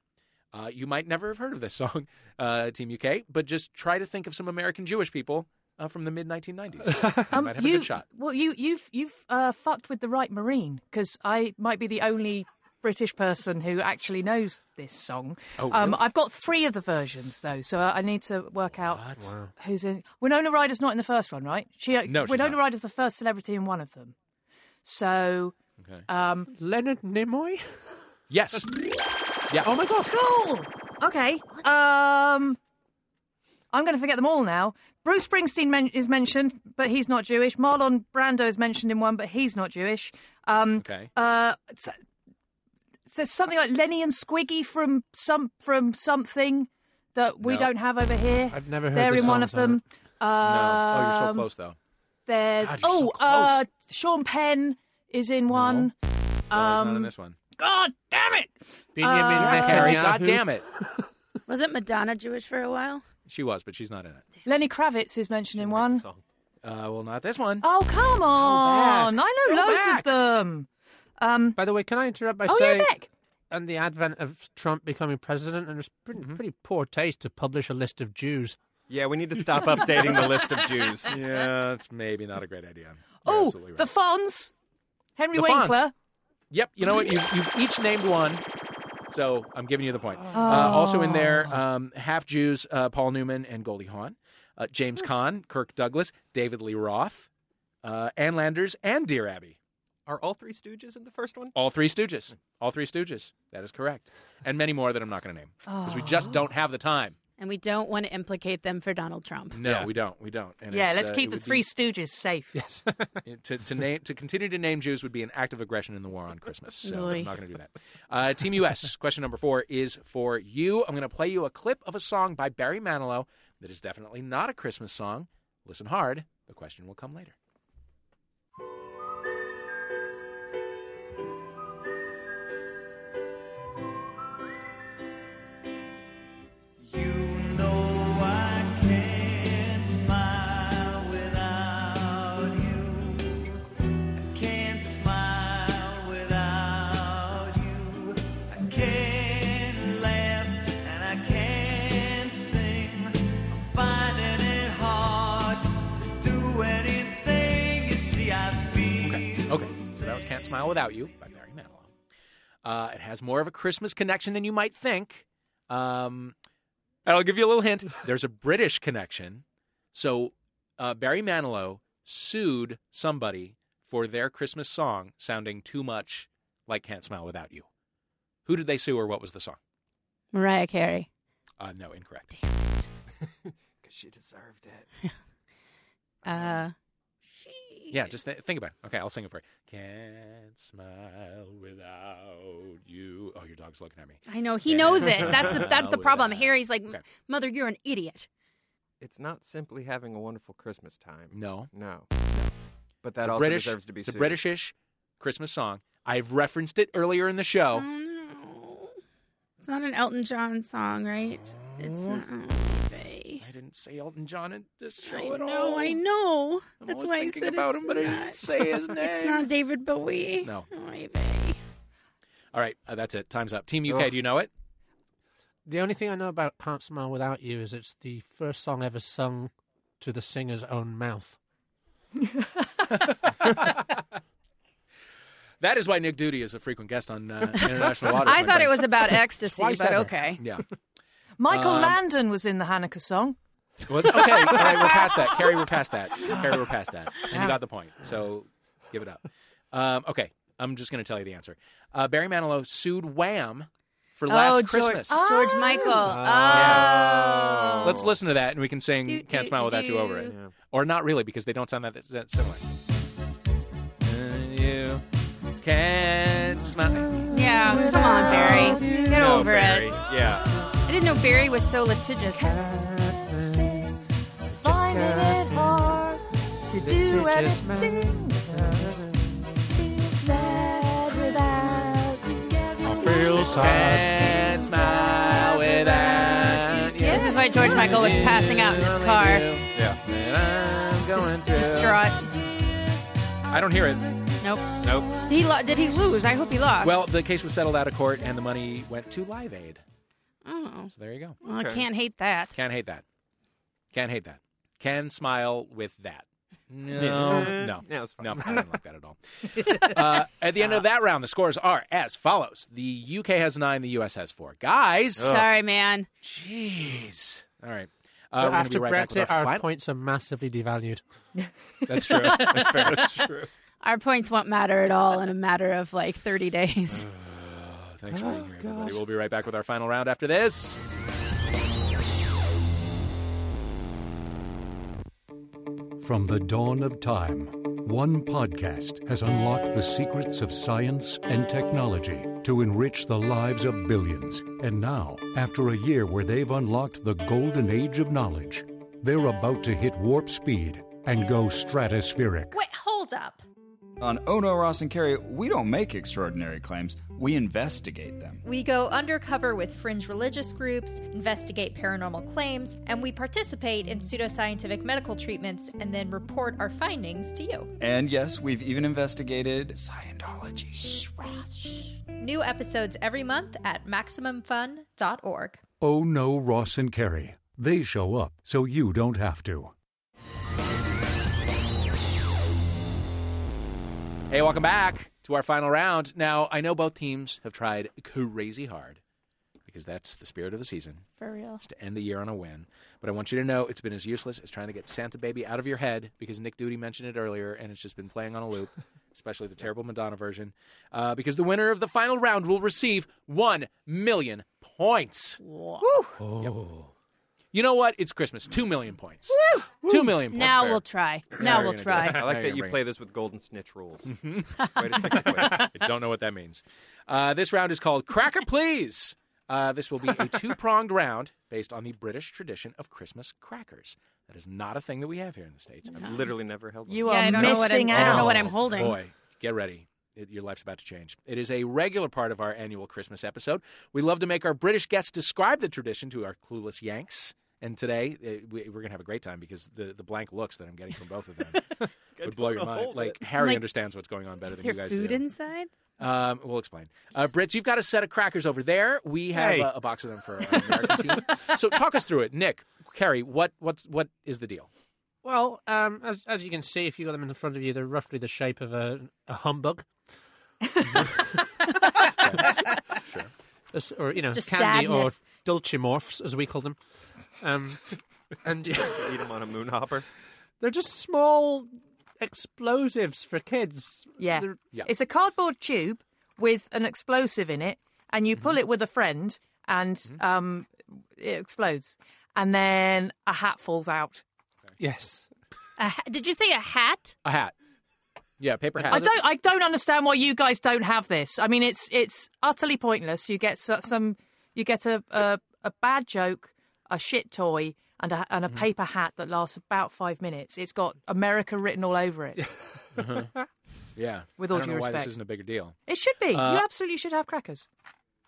Speaker 1: Uh, you might never have heard of this (laughs) song, uh, Team UK, but just try to think of some American Jewish people uh, from the mid 1990s. you might have
Speaker 3: Um, you,
Speaker 1: a good shot.
Speaker 3: Well, you, you've you've uh, fucked with the right marine because I might be the only British person who actually knows this song.
Speaker 1: Oh,
Speaker 3: um,
Speaker 1: really?
Speaker 3: I've got three of the versions though, so I I need to work out who's in. Winona Ryder's not in the first one, right? She uh,
Speaker 1: No, she's
Speaker 3: Winona
Speaker 1: not.
Speaker 3: Ryder's the first celebrity in one of them. So, um,
Speaker 4: Leonard Nimoy? (laughs)
Speaker 1: Yes.
Speaker 4: Oh my god.
Speaker 3: cool. Okay. Um, I'm going to forget them all now. Bruce Springsteen men- is mentioned, but he's not Jewish. Marlon Brando is mentioned in one, but he's not Jewish. Um,
Speaker 1: Okay.
Speaker 3: uh, it's- it says something like Lenny and Squiggy from some from something that we
Speaker 1: No.
Speaker 3: don't have over here.
Speaker 4: I've never heard
Speaker 3: They're
Speaker 4: this
Speaker 3: in one
Speaker 4: song,
Speaker 3: of
Speaker 4: so-
Speaker 3: them.
Speaker 1: no. Oh, you're so
Speaker 3: Um,
Speaker 1: close, though.
Speaker 3: There's
Speaker 1: God, you're so
Speaker 3: oh, uh, Sean Penn is in one.
Speaker 1: No, it's not in this one.
Speaker 3: God damn it! Oh,
Speaker 4: Benjamin
Speaker 3: um,
Speaker 1: Terry,
Speaker 4: Netanyahu.
Speaker 1: God damn it.
Speaker 2: Wasn't Madonna Jewish for a while?
Speaker 1: She was, but she's not in it.
Speaker 3: Lenny Kravitz is mentioned in one.
Speaker 1: Uh, well, not this one.
Speaker 3: Oh come on! I
Speaker 1: Go
Speaker 3: know loads
Speaker 1: back.
Speaker 3: of them. Um,
Speaker 4: By the way, can I interrupt by
Speaker 3: oh
Speaker 4: saying
Speaker 3: yeah, Nick.
Speaker 4: and the advent of Trump becoming president, and it's pretty,
Speaker 1: Mm-hmm.
Speaker 4: pretty poor taste to publish a list of Jews.
Speaker 5: Yeah, we need to stop updating
Speaker 1: (laughs)
Speaker 5: the list of Jews.
Speaker 1: Yeah, that's maybe not a great idea. You're
Speaker 3: Oh,
Speaker 1: absolutely right.
Speaker 3: the Fonz, Henry
Speaker 1: The Fonz.
Speaker 3: Winkler.
Speaker 1: Yep. You know what? You've, you've each named one. So I'm giving you the point. Uh,
Speaker 3: Oh.
Speaker 1: also in there, um, half Jews, uh, Paul Newman and Goldie Hawn, uh,
Speaker 3: Hmm.
Speaker 1: James Caan, Kirk Douglas, David Lee Roth, uh, Ann Landers, and Dear Abby.
Speaker 5: Are all three Stooges in the first one?
Speaker 1: All three Stooges. All three Stooges. That is correct. And many more that I'm not going to name because we just don't have the time.
Speaker 2: And we don't want to implicate them for Donald Trump.
Speaker 1: No,
Speaker 5: Yeah.
Speaker 1: we don't. We don't. Mm, And
Speaker 3: Yeah,
Speaker 1: it's,
Speaker 3: let's
Speaker 1: uh,
Speaker 3: keep
Speaker 1: it
Speaker 3: the
Speaker 1: would be-
Speaker 3: Three Stooges safe.
Speaker 1: to, to name to continue to name Jews would be an act of aggression in the war on Christmas. So
Speaker 2: Oy.
Speaker 1: I'm not going to do that. Uh, Team
Speaker 3: (laughs)
Speaker 1: U.S. question number four is for you. I'm going to play you a clip of a song by Barry Manilow that is definitely not a Christmas song. Listen hard. The question will come later.
Speaker 11: You know I can't smile without you. I can't smile without you. I can't laugh and I can't sing. I'm finding it hard to do anything. You see, I
Speaker 1: Okay.
Speaker 11: feel.
Speaker 1: Okay. So that was "Can't Smile Without You" by Barry Manilow. Uh, it has more of a Christmas connection than you might think. Um, and I'll give you a little hint. There's a British connection. So uh, Barry Manilow sued somebody for their Christmas song sounding too much like "Can't Smile Without You." Who did they sue, or what was the song?
Speaker 2: Mariah Carey.
Speaker 1: Uh, no, incorrect.
Speaker 5: Because she deserved it.
Speaker 2: Uh,
Speaker 1: Yeah, just th- think about it. Okay, I'll sing it for you. Can't smile without you. Oh, your dog's looking at me.
Speaker 2: I know he
Speaker 1: Yeah.
Speaker 2: knows
Speaker 1: (laughs)
Speaker 2: it. That's the that's the
Speaker 1: Without-
Speaker 2: problem. Harry's like,
Speaker 1: Okay.
Speaker 2: mother, you're an idiot.
Speaker 5: It's not simply having a wonderful Christmas time.
Speaker 1: No.
Speaker 5: No. But that
Speaker 1: a
Speaker 5: also
Speaker 1: British,
Speaker 5: deserves to be
Speaker 1: It's a
Speaker 5: sued.
Speaker 1: Britishish Christmas song. I've referenced it earlier in the show.
Speaker 2: no, it's not an Elton John song, right? It's not. Oh, babe.
Speaker 1: I didn't say Elton John in this show
Speaker 2: I
Speaker 1: Mm-hmm. at
Speaker 2: know,
Speaker 1: all.
Speaker 2: I know.
Speaker 1: I'm
Speaker 2: That's
Speaker 1: always
Speaker 2: why I
Speaker 1: thinking
Speaker 2: said
Speaker 1: about
Speaker 2: it's
Speaker 1: him, but I didn't
Speaker 2: not.
Speaker 1: say his
Speaker 2: (laughs) It's
Speaker 1: name.
Speaker 2: not David Bowie. Oh,
Speaker 1: No.
Speaker 2: Oy vey.
Speaker 1: All right, uh, that's it. Time's up. Team UK,
Speaker 5: Ugh.
Speaker 1: do you know it?
Speaker 4: The only thing I know about Can't Smile Without You is it's the first song ever sung to the singer's own mouth.
Speaker 1: That is why Nick Duty is a frequent guest on
Speaker 2: (laughs)
Speaker 1: uh, International Waters.
Speaker 2: I
Speaker 1: my
Speaker 2: thought it
Speaker 1: friends.
Speaker 2: was about ecstasy,
Speaker 4: Twice
Speaker 2: but
Speaker 4: ever.
Speaker 2: okay.
Speaker 1: Yeah.
Speaker 3: Michael
Speaker 1: Um,
Speaker 3: Landon was in the Hanukkah song.
Speaker 1: Was- okay, all right, we're past that. Carrie, we're past that. Carrie, we're past that. And you got the point. So give it up. Um, okay, I'm just going to tell you the answer. Uh, Barry Manilow sued Wham for Last
Speaker 2: oh,
Speaker 1: Christmas.
Speaker 2: George, George Michael. Oh,
Speaker 1: Let's listen to that, and we can sing
Speaker 2: Do,
Speaker 1: "Can't
Speaker 2: do,
Speaker 1: Smile Without You" over it,
Speaker 2: do.
Speaker 1: or not really, because they don't sound that, that similar. And you can't smile.
Speaker 2: Yeah, come on, Barry. Get
Speaker 5: No,
Speaker 2: over
Speaker 5: Barry.
Speaker 2: it.
Speaker 5: Oh, Yeah.
Speaker 2: I didn't know Barry was so litigious.
Speaker 3: Finding it hard to do anything.
Speaker 1: Can't smile without you.
Speaker 2: This is why George Michael was passing out in his car.
Speaker 5: Yeah.
Speaker 1: And I'm going through.
Speaker 2: Distraught.
Speaker 1: I don't hear it.
Speaker 2: Nope.
Speaker 5: Nope.
Speaker 2: He lo- did he lose? I hope he lost.
Speaker 1: Well, the case was settled out of court, and the money went to Live Aid.
Speaker 2: Oh,
Speaker 1: So there you go.
Speaker 2: well, I can't hate that.
Speaker 1: Can't hate that. Can't hate that. Can smile with that. (laughs) No, no,
Speaker 5: No, it's fine.
Speaker 1: no, I didn't like that at all. Uh, at the end of that round, the scores are as follows: the UK has nine, the US has four. Guys,
Speaker 2: Sorry, man.
Speaker 1: jeez. All right. Uh,
Speaker 4: But
Speaker 1: we're gonna
Speaker 4: after
Speaker 1: be right back
Speaker 4: Brexit,
Speaker 1: with our
Speaker 4: our
Speaker 1: final-
Speaker 4: points are massively devalued.
Speaker 1: That's (laughs) true. That's fair. That's true.
Speaker 2: Our points won't matter at all in a matter of like 30 days.
Speaker 1: Thanks for being here, everybody. We'll be right back with our final round after this.
Speaker 12: From the dawn of time, one podcast has unlocked the secrets of science and technology to enrich the lives of billions. And now, after a year where they've unlocked the golden age of knowledge, they're about to hit warp speed and go stratospheric.
Speaker 9: Wait, hold up.
Speaker 13: On Ono, Ross, and Carrie, we don't make extraordinary claims, we investigate them.
Speaker 9: We go undercover with fringe religious groups, investigate paranormal claims, and we participate in pseudoscientific medical treatments and then report our findings to you.
Speaker 13: And yes, we've even investigated Scientology.
Speaker 9: New episodes every month at MaximumFun.org.
Speaker 12: Oh no, Ross and Carrie. They show up so you don't have to.
Speaker 1: Hey, welcome back to our final round. Now, I know both teams have tried crazy hard because that's the spirit of the season.
Speaker 2: For real.
Speaker 1: is to end the year on a win. But I want you to know it's been as useless as trying to get Santa Baby out of your head because Nick Duty mentioned it earlier and it's just been playing on a loop, especially the terrible Madonna version. Uh, because the winner of the final round will receive 1 million points. You know what? It's Christmas. 2 million points. 2 million points.
Speaker 2: Now we'll try. Now we'll try.
Speaker 5: I
Speaker 1: Now
Speaker 5: like
Speaker 1: you're
Speaker 5: that
Speaker 1: bringing
Speaker 5: you
Speaker 1: it. Mm-hmm.
Speaker 5: play this with golden snitch rules. Way to stick
Speaker 1: (laughs)
Speaker 5: with it.
Speaker 1: I don't know what that means. Uh, this round is called Cracker Please. Uh, this will be
Speaker 2: (laughs)
Speaker 1: a two pronged round based on the British tradition of Christmas crackers. That is not a thing that we have here in the States.
Speaker 5: I've literally never held
Speaker 3: You
Speaker 5: them.
Speaker 2: Yeah, I
Speaker 3: are
Speaker 2: don't know what I'm-
Speaker 3: missing
Speaker 2: I don't know
Speaker 3: out.
Speaker 2: what I'm holding.
Speaker 1: Boy, get ready. It- your life's about to change. It is a regular part of our annual Christmas episode. We love to make our British guests describe the tradition to our clueless Yanks. And today eh, we, we're going to have a great time because the, the blank looks that I'm getting from both of
Speaker 2: (laughs)
Speaker 1: them would blow your mind. Like Harry
Speaker 2: Like,
Speaker 1: understands what's going on better
Speaker 2: Is
Speaker 1: than you
Speaker 2: there
Speaker 1: guys
Speaker 2: food
Speaker 1: do.
Speaker 2: inside?
Speaker 1: Um, we'll explain. Uh, Brits, you've got a set of crackers over there. We have
Speaker 4: Hey.
Speaker 1: uh, a, box of them for our American team. So talk us through it, Nick. Carrie, what what's what is the deal?
Speaker 4: Well, um, as, as you can see, if you got them in front of you, they're roughly the shape of a, a humbug.
Speaker 1: Sure.
Speaker 4: This- or you know,
Speaker 2: Just
Speaker 4: candy or
Speaker 2: sadness.
Speaker 4: dulcimorphs, as we call them. Um, and (laughs)
Speaker 5: Eat them on a moonhopper.
Speaker 4: they're just small explosives for kids.
Speaker 3: Yeah.
Speaker 4: They're-
Speaker 1: Yeah.
Speaker 3: It's a cardboard tube with an explosive in it, and you
Speaker 1: Mm-hmm.
Speaker 3: pull it with a friend, and um, it explodes. And then a hat falls out.
Speaker 4: yes.
Speaker 2: A ha- did you say a hat?
Speaker 1: A hat. Yeah, paper hat.
Speaker 3: I don't. I don't understand why you guys don't have this. I mean, it's it's utterly pointless. You get so- some. You get a a, a bad joke, a shit toy, and a,
Speaker 1: Mm-hmm.
Speaker 3: and a paper hat that lasts about five minutes. It's got America written all over it.
Speaker 1: Yeah.
Speaker 3: With all
Speaker 1: I don't
Speaker 3: due
Speaker 1: know why this
Speaker 3: respect.
Speaker 1: isn't a bigger deal.
Speaker 3: It should be. you
Speaker 1: Uh,
Speaker 3: absolutely should have crackers.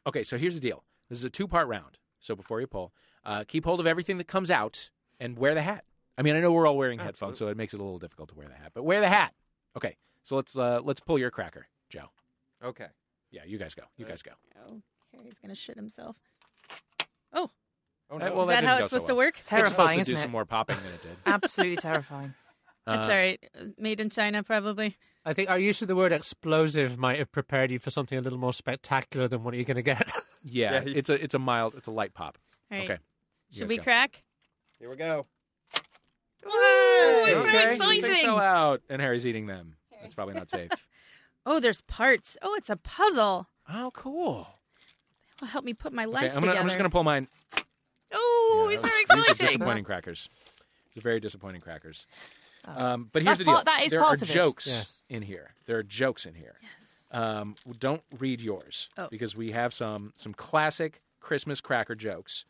Speaker 1: Okay, so here's the deal. This is a two part round. So before you pull, uh, keep hold of everything that comes out and wear the hat. I mean, I know we're all wearing headphones, so it makes it a little difficult to wear the hat, but wear the hat. Okay, so let's uh, let's pull your cracker, Joe.
Speaker 5: Okay.
Speaker 1: Yeah, you guys go. You guys go.
Speaker 2: Oh, Harry's going to shit himself. Oh,
Speaker 5: Oh,
Speaker 1: Uh,
Speaker 5: no.
Speaker 1: well, that
Speaker 2: is that
Speaker 1: didn't
Speaker 2: how
Speaker 1: go
Speaker 2: it's
Speaker 1: so
Speaker 2: supposed to
Speaker 1: well.
Speaker 2: work?
Speaker 1: it's supposed
Speaker 3: Terrifying,
Speaker 1: to do
Speaker 3: isn't
Speaker 1: some
Speaker 3: it?
Speaker 1: more (laughs) popping than it did.
Speaker 3: Absolutely terrifying.
Speaker 1: Uh,
Speaker 2: That's all right. Made in China, probably.
Speaker 4: I think our use of the word explosive might have prepared you for something a little more spectacular than what you're going to get. (laughs)
Speaker 1: Yeah,
Speaker 5: (laughs) Yeah, he-
Speaker 1: it's a it's a mild, it's a light pop.
Speaker 2: All right.
Speaker 1: Okay, You
Speaker 2: Should
Speaker 1: guys
Speaker 2: we
Speaker 1: go.
Speaker 2: crack?
Speaker 5: Here we go.
Speaker 2: Ooh, it's
Speaker 1: Okay.
Speaker 2: so
Speaker 1: Things
Speaker 2: exciting.
Speaker 1: fell out, and Harry's eating them. That's probably not safe.
Speaker 2: Oh, there's parts. Oh, it's a puzzle.
Speaker 1: oh, cool.
Speaker 2: Will help me put my life
Speaker 1: Okay, I'm,
Speaker 2: together.
Speaker 1: gonna, I'm just gonna pull mine.
Speaker 2: Oh,
Speaker 1: Yeah,
Speaker 2: it's
Speaker 1: that
Speaker 2: so
Speaker 1: was- These are
Speaker 2: exciting.
Speaker 1: disappointing crackers. These are very disappointing crackers. Um, but here's
Speaker 3: That's
Speaker 1: the deal.
Speaker 3: part- that is
Speaker 1: there
Speaker 3: part
Speaker 1: are
Speaker 3: of it.
Speaker 1: jokes
Speaker 4: Yes.
Speaker 1: in here. There are jokes in here. Yes. Um, don't read yours
Speaker 2: Oh.
Speaker 1: because we have some some classic Christmas cracker jokes.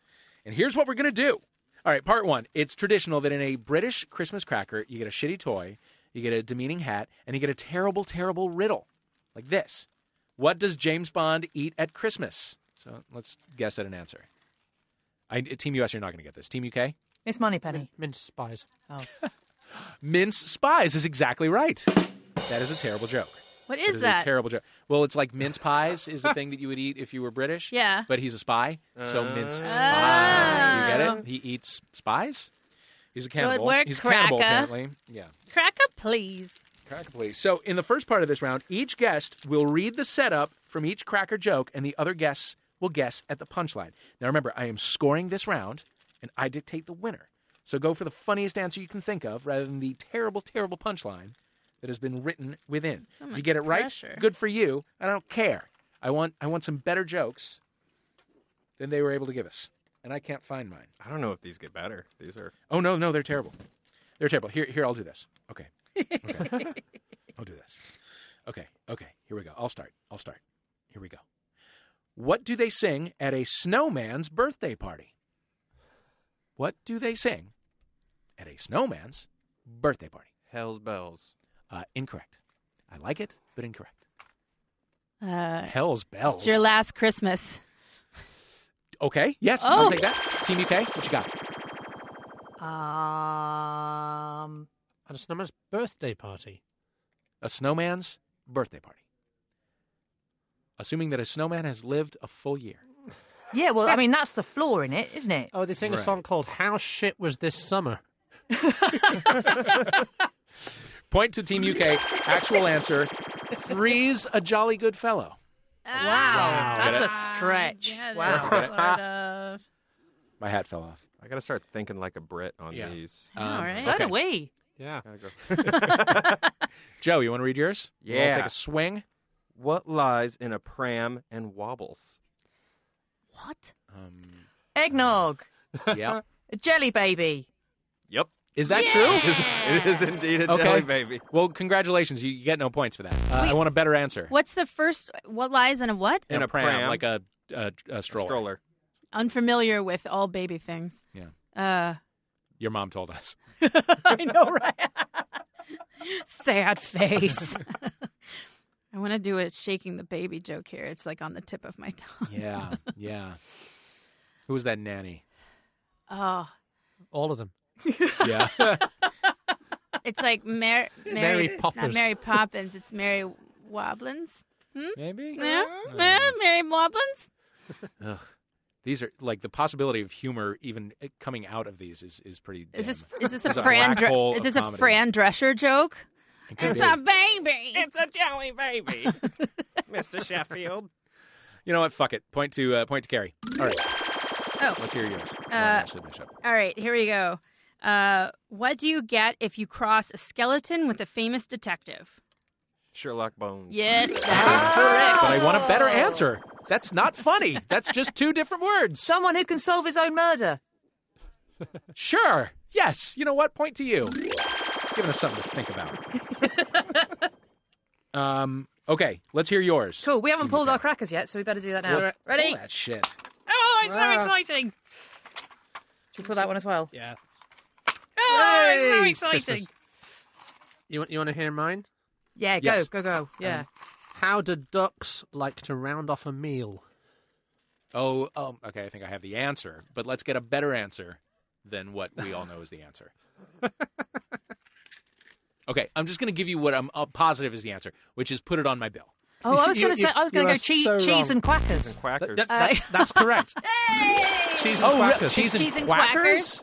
Speaker 1: And here's what we're gonna do. All right, part one. It's traditional that in a British Christmas cracker, you get a shitty toy, you get a demeaning hat, and you get a terrible, terrible riddle, like this. What does James Bond eat at Christmas? So let's guess at an answer. I, Team US, you're not going to get this. Team UK?
Speaker 3: It's money penny.
Speaker 4: Mince spies.
Speaker 1: Mince Spies is exactly right. That is a terrible joke.
Speaker 2: What
Speaker 1: It
Speaker 2: is
Speaker 1: is
Speaker 2: that?
Speaker 1: A terrible joke. Well, it's like mince pies is the thing that you would eat if you were British.
Speaker 2: Yeah.
Speaker 1: But he's a spy, so mince
Speaker 2: Oh.
Speaker 1: spies. Do you get it? He eats spies. He's a cannibal.
Speaker 2: work,
Speaker 1: he's a cannibal,
Speaker 2: Cracker.
Speaker 1: apparently. Yeah.
Speaker 2: Cracker, please.
Speaker 1: Cracker, please. So, in the first part of this round, each guest will read the setup from each cracker joke, and the other guests will guess at the punchline. Now, remember, I am scoring this round, and I dictate the winner. So, go for the funniest answer you can think of rather than the terrible, terrible punchline that has been written within.
Speaker 2: So
Speaker 1: you
Speaker 2: much
Speaker 1: get it right,
Speaker 2: pressure.
Speaker 1: good for you. I don't care. I want, I want some better jokes than they were able to give us, and I can't find mine.
Speaker 5: I don't know if these get better. These are.
Speaker 1: Oh no, no, they're terrible. They're terrible. Here, here, I'll do this. Okay. okay. (laughs) I'll do this. Okay. Okay. Here we go. I'll start. I'll start. Here we go. What do they sing at a snowman's birthday party? What do they sing at a snowman's birthday party?
Speaker 5: Hell's bells.
Speaker 1: Uh, incorrect. I like it, but incorrect.
Speaker 2: Uh,
Speaker 1: Hell's bells.
Speaker 2: It's your last Christmas.
Speaker 1: okay. Yes.
Speaker 2: Oh.
Speaker 1: I'll take that. Team UK. What you got?
Speaker 3: Um,
Speaker 4: At a snowman's birthday party.
Speaker 1: A snowman's birthday party. Assuming that a snowman has lived a full year.
Speaker 3: yeah, well, I mean, that's the flaw in it, isn't it?
Speaker 4: Oh, they sing a
Speaker 1: Right.
Speaker 4: song called "How Shit Was This Summer."
Speaker 1: Point to Team UK. Actual answer. Freeze a jolly good fellow.
Speaker 2: Wow,
Speaker 5: Get
Speaker 3: that's
Speaker 5: it?
Speaker 3: a stretch.
Speaker 2: Yeah,
Speaker 3: wow.
Speaker 1: (laughs)
Speaker 2: that's sort of.
Speaker 1: My hat fell off.
Speaker 5: I gotta start thinking like a Brit on
Speaker 1: Yeah.
Speaker 5: these.
Speaker 1: Um,
Speaker 2: All right.
Speaker 3: So do we.
Speaker 4: Yeah.
Speaker 5: Gotta go.
Speaker 1: (laughs) Joe, you want to read (laughs) yours? You wanna
Speaker 5: Yeah.
Speaker 1: Take a swing.
Speaker 5: what lies in a pram and wobbles?
Speaker 3: What?
Speaker 1: Um,
Speaker 3: Eggnog.
Speaker 2: (laughs)
Speaker 1: yeah.
Speaker 3: A jelly baby.
Speaker 5: Yep.
Speaker 1: Is that
Speaker 5: It
Speaker 1: true?
Speaker 5: is, it is indeed
Speaker 1: (laughs)
Speaker 5: a
Speaker 1: Okay.
Speaker 5: jelly baby.
Speaker 1: Well, congratulations. You, you get no points for that. Uh, I
Speaker 2: Wait.
Speaker 1: want a better answer.
Speaker 2: What's the first? What lies in a what?
Speaker 1: In
Speaker 5: In
Speaker 1: a
Speaker 5: a pram.
Speaker 1: like a, a, a stroller.
Speaker 5: Stroller.
Speaker 2: Unfamiliar with all baby things.
Speaker 1: Yeah.
Speaker 2: Uh,
Speaker 1: Your mom told us.
Speaker 2: I know, right? Sad face. I want to do a shaking the baby joke here. It's like on the tip of my (laughs) tongue.
Speaker 1: (laughs) Yeah. Yeah. Who was that
Speaker 2: (laughs)
Speaker 1: nanny?
Speaker 2: Oh,
Speaker 4: All of them.
Speaker 1: Yeah.
Speaker 2: it's like Mar-
Speaker 4: Mary
Speaker 2: Mary, it's
Speaker 4: Poppers.
Speaker 2: Not Mary Poppins. It's Mary Woblins.
Speaker 1: Maybe.
Speaker 3: Mm.
Speaker 2: Yeah, yeah, Mary Woblins.
Speaker 1: Ugh. These are like the possibility of humor even uh, coming out of these is, is pretty.
Speaker 2: Is this
Speaker 1: dim.
Speaker 2: is this a
Speaker 1: It's a
Speaker 2: Fran?
Speaker 1: black
Speaker 2: Dre-
Speaker 1: hole
Speaker 2: is
Speaker 1: of
Speaker 2: this a
Speaker 1: comedy.
Speaker 2: Fran Drescher joke?
Speaker 1: It could
Speaker 2: It's um,
Speaker 1: be.
Speaker 2: a baby. It's a
Speaker 1: (laughs)
Speaker 5: Mr. Sheffield.
Speaker 1: You know what? Fuck it. Point to uh, point to Carrie. All right.
Speaker 2: Oh.
Speaker 1: Let's hear yours. Mine
Speaker 2: Uh,
Speaker 1: actually match up.
Speaker 2: all right. Here we go. Uh, what do you get if you cross a skeleton with a famous detective?
Speaker 5: Sherlock Bones.
Speaker 2: Yes,
Speaker 3: Ah!
Speaker 2: that
Speaker 1: But I want a better answer. That's not funny. That's just two different words.
Speaker 3: Someone who can solve his own murder.
Speaker 1: Sure. Yes. You know what? Point to you. Giving us something to think about.
Speaker 2: (laughs)
Speaker 1: um. Okay. Let's hear yours.
Speaker 3: Cool. We haven't pulled our crackers yet, so we better do that now. Ready?
Speaker 1: All that shit.
Speaker 3: Oh, it's so exciting. Should we pull that one as well?
Speaker 4: Yeah.
Speaker 3: Oh, it's so
Speaker 4: Christmas. You want you want to hear mine?
Speaker 3: Yeah, go,
Speaker 1: Yes.
Speaker 3: go, go. Yeah.
Speaker 4: How do ducks like to round off a meal?
Speaker 1: Oh. Um. Okay. I think I have the answer, but let's get a better answer than what we all know is the answer. (laughs) Okay. I'm just going to give you what I'm uh, positive is the answer, which is put it on my bill.
Speaker 3: oh, I was
Speaker 4: You-
Speaker 3: going to
Speaker 4: you-
Speaker 3: say, I was going to
Speaker 4: you are
Speaker 3: go cheese,
Speaker 4: so
Speaker 3: cheese
Speaker 4: wrong.
Speaker 3: and quackers.
Speaker 5: Quackers.
Speaker 4: That-
Speaker 2: Uh,
Speaker 4: that-
Speaker 2: (laughs)
Speaker 4: that's correct. Cheese and
Speaker 1: oh,
Speaker 4: crackers.
Speaker 1: really? cheese,
Speaker 2: Cheese
Speaker 1: and
Speaker 2: and
Speaker 1: quackers?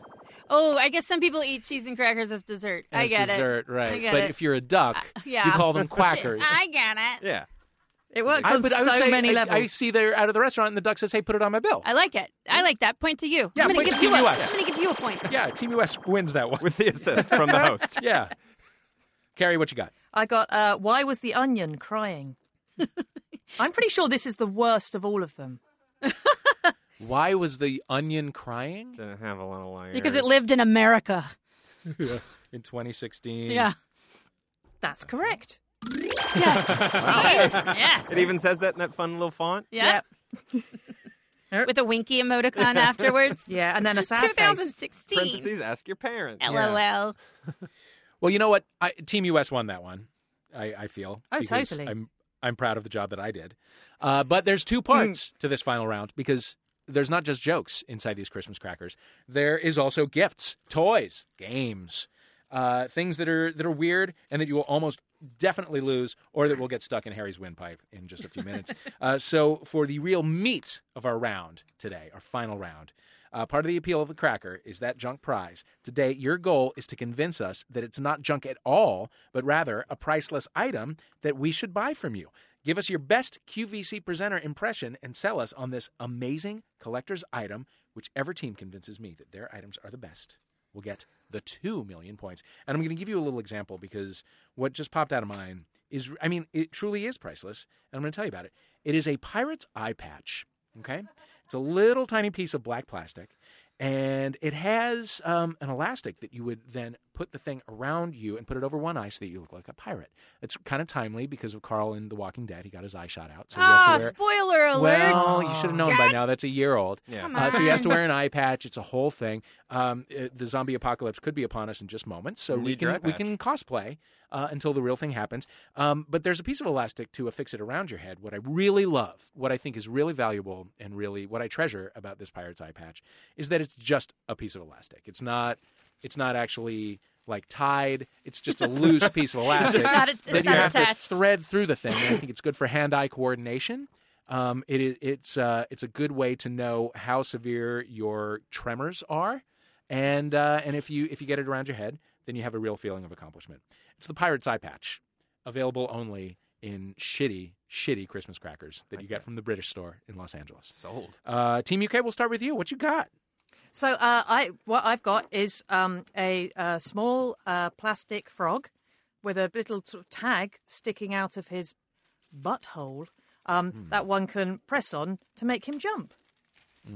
Speaker 2: Oh, I guess some people eat cheese and crackers as dessert. I
Speaker 1: As
Speaker 2: get
Speaker 1: dessert,
Speaker 2: it.
Speaker 1: right.
Speaker 2: I get
Speaker 1: but
Speaker 2: it. Uh,
Speaker 1: if you're a duck,
Speaker 2: yeah.
Speaker 1: you
Speaker 2: (laughs)
Speaker 1: call them quackers.
Speaker 2: I get it.
Speaker 5: yeah.
Speaker 3: It works
Speaker 1: I-
Speaker 3: on
Speaker 1: but I would
Speaker 3: so
Speaker 1: say
Speaker 3: many
Speaker 1: I,
Speaker 3: levels.
Speaker 1: I see they're out of the restaurant, and the duck says, "Hey, put it on my bill."
Speaker 2: I like it. I like that. Point to you.
Speaker 1: Yeah,
Speaker 2: I'm gonna
Speaker 1: point to
Speaker 2: give you
Speaker 1: Team
Speaker 2: a,
Speaker 1: US.
Speaker 2: I'm going to give you a point. (laughs)
Speaker 1: yeah, Team US wins that one.
Speaker 5: With the assist from the host.
Speaker 1: (laughs)
Speaker 5: (laughs)
Speaker 1: yeah, Carrie, what you got?
Speaker 3: I got uh, why was the onion crying? I'm pretty sure this is the worst of all of them.
Speaker 1: Why was the onion crying
Speaker 5: Didn't have a lot of liars.
Speaker 2: Because it lived
Speaker 1: (laughs)
Speaker 2: in America.
Speaker 1: in 2016? (laughs)
Speaker 2: Yeah.
Speaker 3: That's correct.
Speaker 2: Yes. yes.
Speaker 5: It even says that in that fun little font.
Speaker 2: Yep. With a winky
Speaker 1: (laughs)
Speaker 2: emoticon afterwards.
Speaker 3: Yeah, and then a sad face.
Speaker 2: 2016.
Speaker 5: Parentheses, ask your parents.
Speaker 2: LOL.
Speaker 1: Well, you know what? I, Team US won that one. I, I feel.
Speaker 3: Oh,
Speaker 1: because
Speaker 3: totally.
Speaker 1: I'm I'm proud of the job that I did. Uh, but there's two
Speaker 3: Mm.
Speaker 1: parts to this final round because there's not just jokes inside these Christmas crackers. There is also gifts, toys, games, uh, things that are that are weird and that you will almost definitely lose or that we'll get stuck in Harry's windpipe in just a few minutes. Uh, so, for the real meat of our round today, our final round, uh, part of the appeal of the cracker is that junk prize. Today, your goal is to convince us that it's not junk at all, but rather a priceless item that we should buy from you. Give us your best QVC presenter impression and sell us on this amazing collector's item. Whichever team convinces me that their items are the best will get the 2 million points. And I'm going to give you a little example because what just popped out of mine is I mean, it truly is priceless. And I'm going to tell you about it. It is a pirate's eye patch. Okay. It's a little tiny piece of black plastic. And it has um, an elastic that you would then put the thing around you and put it over one eye so that you look like a pirate. It's kind of timely because of Carl in The Walking Dead. He got his eye shot out. So he has to
Speaker 2: Ah,
Speaker 1: wear-
Speaker 2: spoiler alert!
Speaker 1: Well, you should have known by now. That's a year old.
Speaker 2: Yeah. Come
Speaker 1: Uh, so he has to
Speaker 2: on.
Speaker 1: wear
Speaker 2: (laughs)
Speaker 1: an eye patch. It's a whole thing. Um, uh, the zombie apocalypse could be upon us in just moments. So
Speaker 5: You
Speaker 1: we
Speaker 5: need your
Speaker 1: can
Speaker 5: eye
Speaker 1: we
Speaker 5: patch.
Speaker 1: can cosplay uh, until the real thing happens. Um, but there's a piece of elastic to affix it around your head. What I really love, what I think is really valuable, and really what I treasure about this pirate's eye patch is that it's just a piece of elastic. It's not. It's not actually. Like tied, it's just a
Speaker 5: (laughs)
Speaker 1: loose piece of elastic
Speaker 2: It's not- it's
Speaker 1: that you
Speaker 2: not
Speaker 1: have to
Speaker 2: attached.
Speaker 1: thread through the thing. And I think it's good for hand-eye coordination. Um, it is it's uh, it's a good way to know how severe your tremors are, and uh, and if you if you get it around your head, then you have a real feeling of accomplishment. It's the Pirate's Eye Patch, available only in shitty shitty Christmas crackers that you get from the British store in Los Angeles. Sold. Uh, Team UK, we'll start with you. What you got?
Speaker 3: So uh, I what I've got is um, a, uh small uh, plastic frog with a little sort of tag sticking out of his butthole um, that one can press on to make him jump.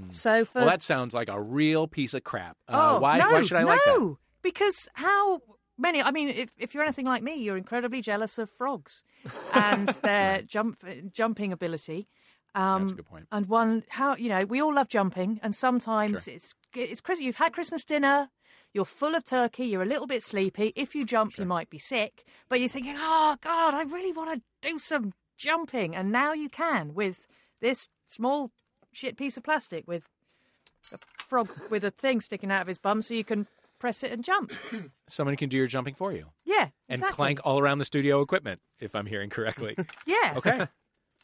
Speaker 3: So for
Speaker 1: well, that sounds like a real piece of crap.
Speaker 3: oh,
Speaker 1: Uh, why
Speaker 3: no,
Speaker 1: why should I like that?
Speaker 3: no, because how many? I mean, if, if you're anything like me, you're incredibly jealous of frogs
Speaker 1: (laughs)
Speaker 3: and their jump jumping ability. Um, That's a good point. And one, how you know, we all love jumping, and sometimes
Speaker 14: Sure.
Speaker 3: it's it's Chris. You've had Christmas dinner. You're full of turkey. You're a little bit sleepy. If you jump, you might be sick. But you're thinking, oh God, I really want to do some jumping, and now you can with this small shit piece of plastic with a frog with a thing sticking out of his bum so you can press it and jump.
Speaker 1: Someone can do your jumping for you
Speaker 3: Yeah.
Speaker 1: and
Speaker 3: exactly.
Speaker 1: clank all around the studio equipment, if I'm hearing correctly.
Speaker 3: Yeah.
Speaker 1: Okay.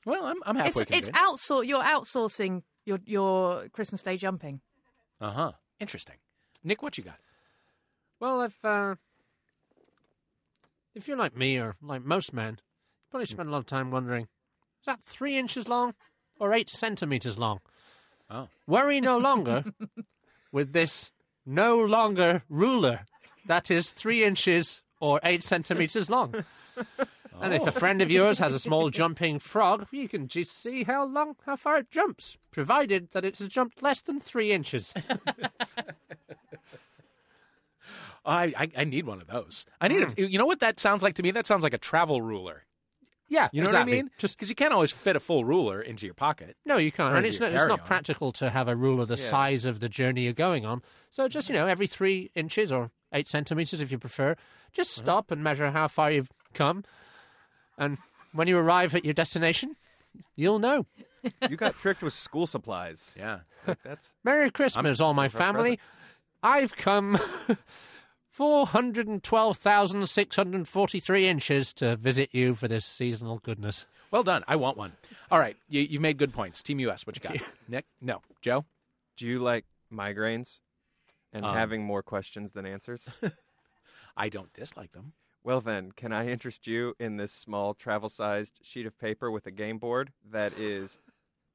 Speaker 1: Well, I'm I'm halfway
Speaker 3: It's, it's
Speaker 1: convinced.
Speaker 3: outsour you're outsourcing your your Christmas Day jumping.
Speaker 1: Uh huh. Interesting. Nick, what you got?
Speaker 4: Well, if uh, if you're like me or like most men, you probably
Speaker 1: Hmm.
Speaker 4: spend a lot of time wondering: is that three inches long or eight centimeters long?
Speaker 1: Oh, (laughs)
Speaker 4: worry no longer with this no longer ruler that is three inches or eight centimeters long. And if
Speaker 1: Oh.
Speaker 4: a friend of yours has a small jumping frog, you can just see how long, how far it jumps, provided that it has jumped less than
Speaker 1: (laughs)
Speaker 4: three inches.
Speaker 1: Oh, I, I I need one of those. I need a, you know what that sounds like to me? That sounds like a travel ruler.
Speaker 4: Yeah,
Speaker 1: You know
Speaker 4: exactly.
Speaker 1: what I mean? Just because you can't always fit a full ruler into your pocket.
Speaker 4: No, you can't.
Speaker 1: Or
Speaker 4: And
Speaker 1: into
Speaker 4: it's
Speaker 1: your
Speaker 4: not, it's not
Speaker 1: carry-on.
Speaker 4: practical to have a ruler the
Speaker 1: Yeah.
Speaker 4: size of the journey you're going on. So just, you know, every three inches or eight centimetres, if you prefer, just stop and measure how far you've come. And when you arrive at your destination, you'll know.
Speaker 5: You got tricked with school supplies.
Speaker 1: Yeah.
Speaker 5: Like, that's
Speaker 4: Merry Christmas,
Speaker 5: I'm-
Speaker 4: all my
Speaker 5: it's a rough
Speaker 4: family. I've come (laughs) 412,643 inches to visit you for this seasonal goodness.
Speaker 1: Well done. I want one. All right, you, you've made good points. Team US, what you got? Nick? No. Joe?
Speaker 5: Do you like migraines and
Speaker 1: Um,
Speaker 5: having more questions than answers?
Speaker 1: I don't dislike them.
Speaker 5: Well, then, can I interest you in this small travel sized sheet of paper with a game board that is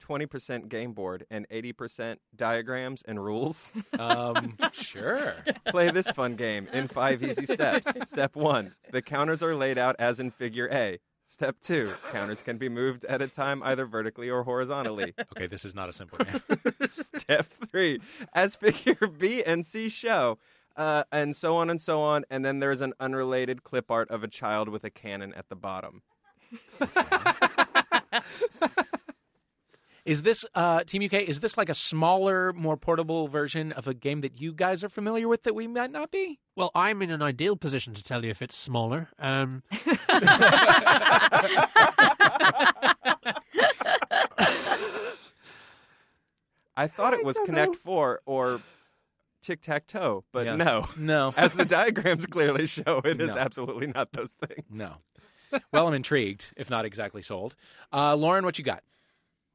Speaker 5: 20% game board and 80% diagrams and rules?
Speaker 1: Um, sure.
Speaker 5: Play this fun game in five easy steps. Step one the counters are laid out as in figure A. Step two counters can be moved at a time either vertically or horizontally.
Speaker 1: Okay, this is not a simple game.
Speaker 5: Step three, as figure B and C show, uh, and so on and so on. And then there's an unrelated clip art of a child with a cannon at the bottom.
Speaker 1: Is this uh, Team UK? Is this like a smaller, more portable version of a game that you guys are familiar with that we might not be?
Speaker 4: Well, I'm in an ideal position to tell you if it's smaller. Um,
Speaker 5: I thought it was Connect Four or Tic Tac Toe, but
Speaker 1: Yeah. (laughs)
Speaker 5: no, (laughs)
Speaker 1: No.
Speaker 5: As the diagrams clearly show, it is
Speaker 1: No.
Speaker 5: absolutely not those things.
Speaker 1: No. (laughs) well, I'm intrigued, if not exactly sold. Uh, Lauren, what you got?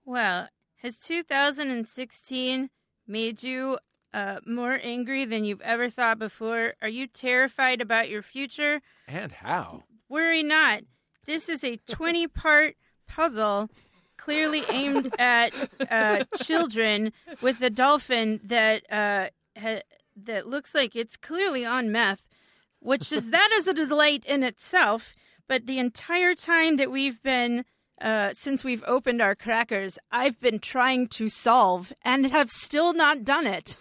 Speaker 2: Well, has 2016 made you uh, more angry than you've ever thought before? Are you terrified about your future?
Speaker 1: And how?
Speaker 2: Worry not. This is a 20 part puzzle clearly aimed at uh, children with a dolphin that uh, ha- that looks like it's clearly on meth, which is that is a delight in itself. But the entire time that we've been uh, since we've opened our crackers, I've been trying to solve and have still not done it.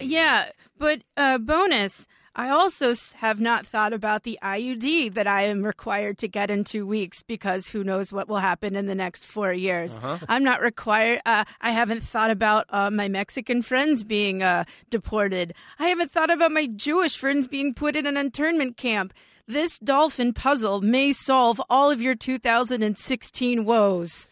Speaker 2: yeah, but uh, bonus. I also s- have not thought about the IUD that I am required to get in two weeks because who knows what will happen in the next four years.
Speaker 14: Uh-huh.
Speaker 2: I'm not required. Uh, I haven't thought about uh, my Mexican friends being uh, deported. I haven't thought about my Jewish friends being put in an internment camp. This dolphin puzzle may solve all of your 2016 woes.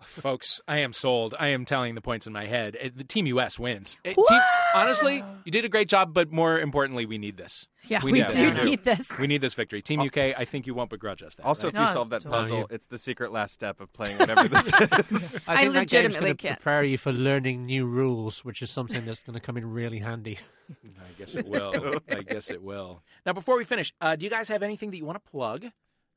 Speaker 1: Folks, I am sold. I am telling the points in my head. Uh, The Team US wins. Uh, team- honestly, you did a great job, but more importantly, we need this.
Speaker 2: Yeah, we
Speaker 1: need
Speaker 2: do need this. Oh.
Speaker 1: We need this victory. Team UK, I think you won't begrudge us that.
Speaker 5: Also,
Speaker 1: right?
Speaker 5: if you solve that puzzle, it's the secret last step of playing whatever this
Speaker 1: (laughs)
Speaker 5: is.
Speaker 4: I, think that game's
Speaker 2: legitimately
Speaker 4: gonna
Speaker 2: can't.
Speaker 4: prepare you for learning new rules, which is something that's going to come in really handy.
Speaker 1: I guess it will. (laughs) I guess it will. Now, before we finish, uh, do you guys have anything that you want to plug?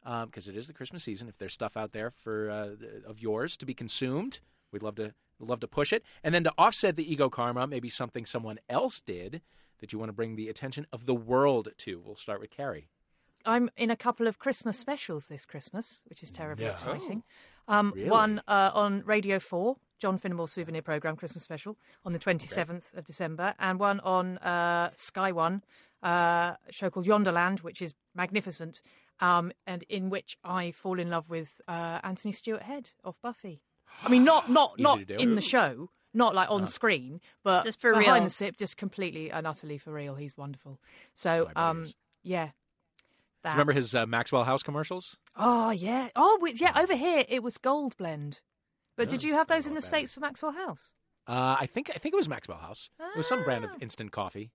Speaker 1: Because it is the Christmas season. If there's stuff out there for uh, th- of yours to be consumed, we'd love to we'd love to push it. And then to offset the ego karma, maybe something someone else did that you want to bring the attention of the world to. We'll start with Carrie.
Speaker 3: I'm in a couple of Christmas specials this Christmas, which is terribly
Speaker 1: Yeah.
Speaker 3: exciting.
Speaker 14: Oh,
Speaker 3: um,
Speaker 14: really?
Speaker 3: One uh, on Radio 4, John Finnemore's souvenir programme, Christmas special, on the 27th of December, and one on uh, Sky One, uh, a show called Yonderland, which is magnificent, um, and in which I fall in love with uh, Anthony Stewart Head of Buffy. I mean, not not
Speaker 14: (gasps) Easy
Speaker 3: not
Speaker 14: to do.
Speaker 3: in the show, not like on
Speaker 14: No.
Speaker 3: screen, but
Speaker 2: Just for
Speaker 3: behind the
Speaker 2: reals.
Speaker 3: sip, just completely and utterly for real. He's wonderful. So, um, yeah.
Speaker 1: Do
Speaker 3: That.
Speaker 1: you remember his uh, Maxwell House commercials?
Speaker 3: Oh yeah. Oh we, yeah. Over here it was Gold Blend, but
Speaker 1: Yeah,
Speaker 3: did you have those in the states for Maxwell House?
Speaker 1: Uh, I think I think it was Maxwell House. It was some brand
Speaker 3: Ah.
Speaker 1: of instant coffee.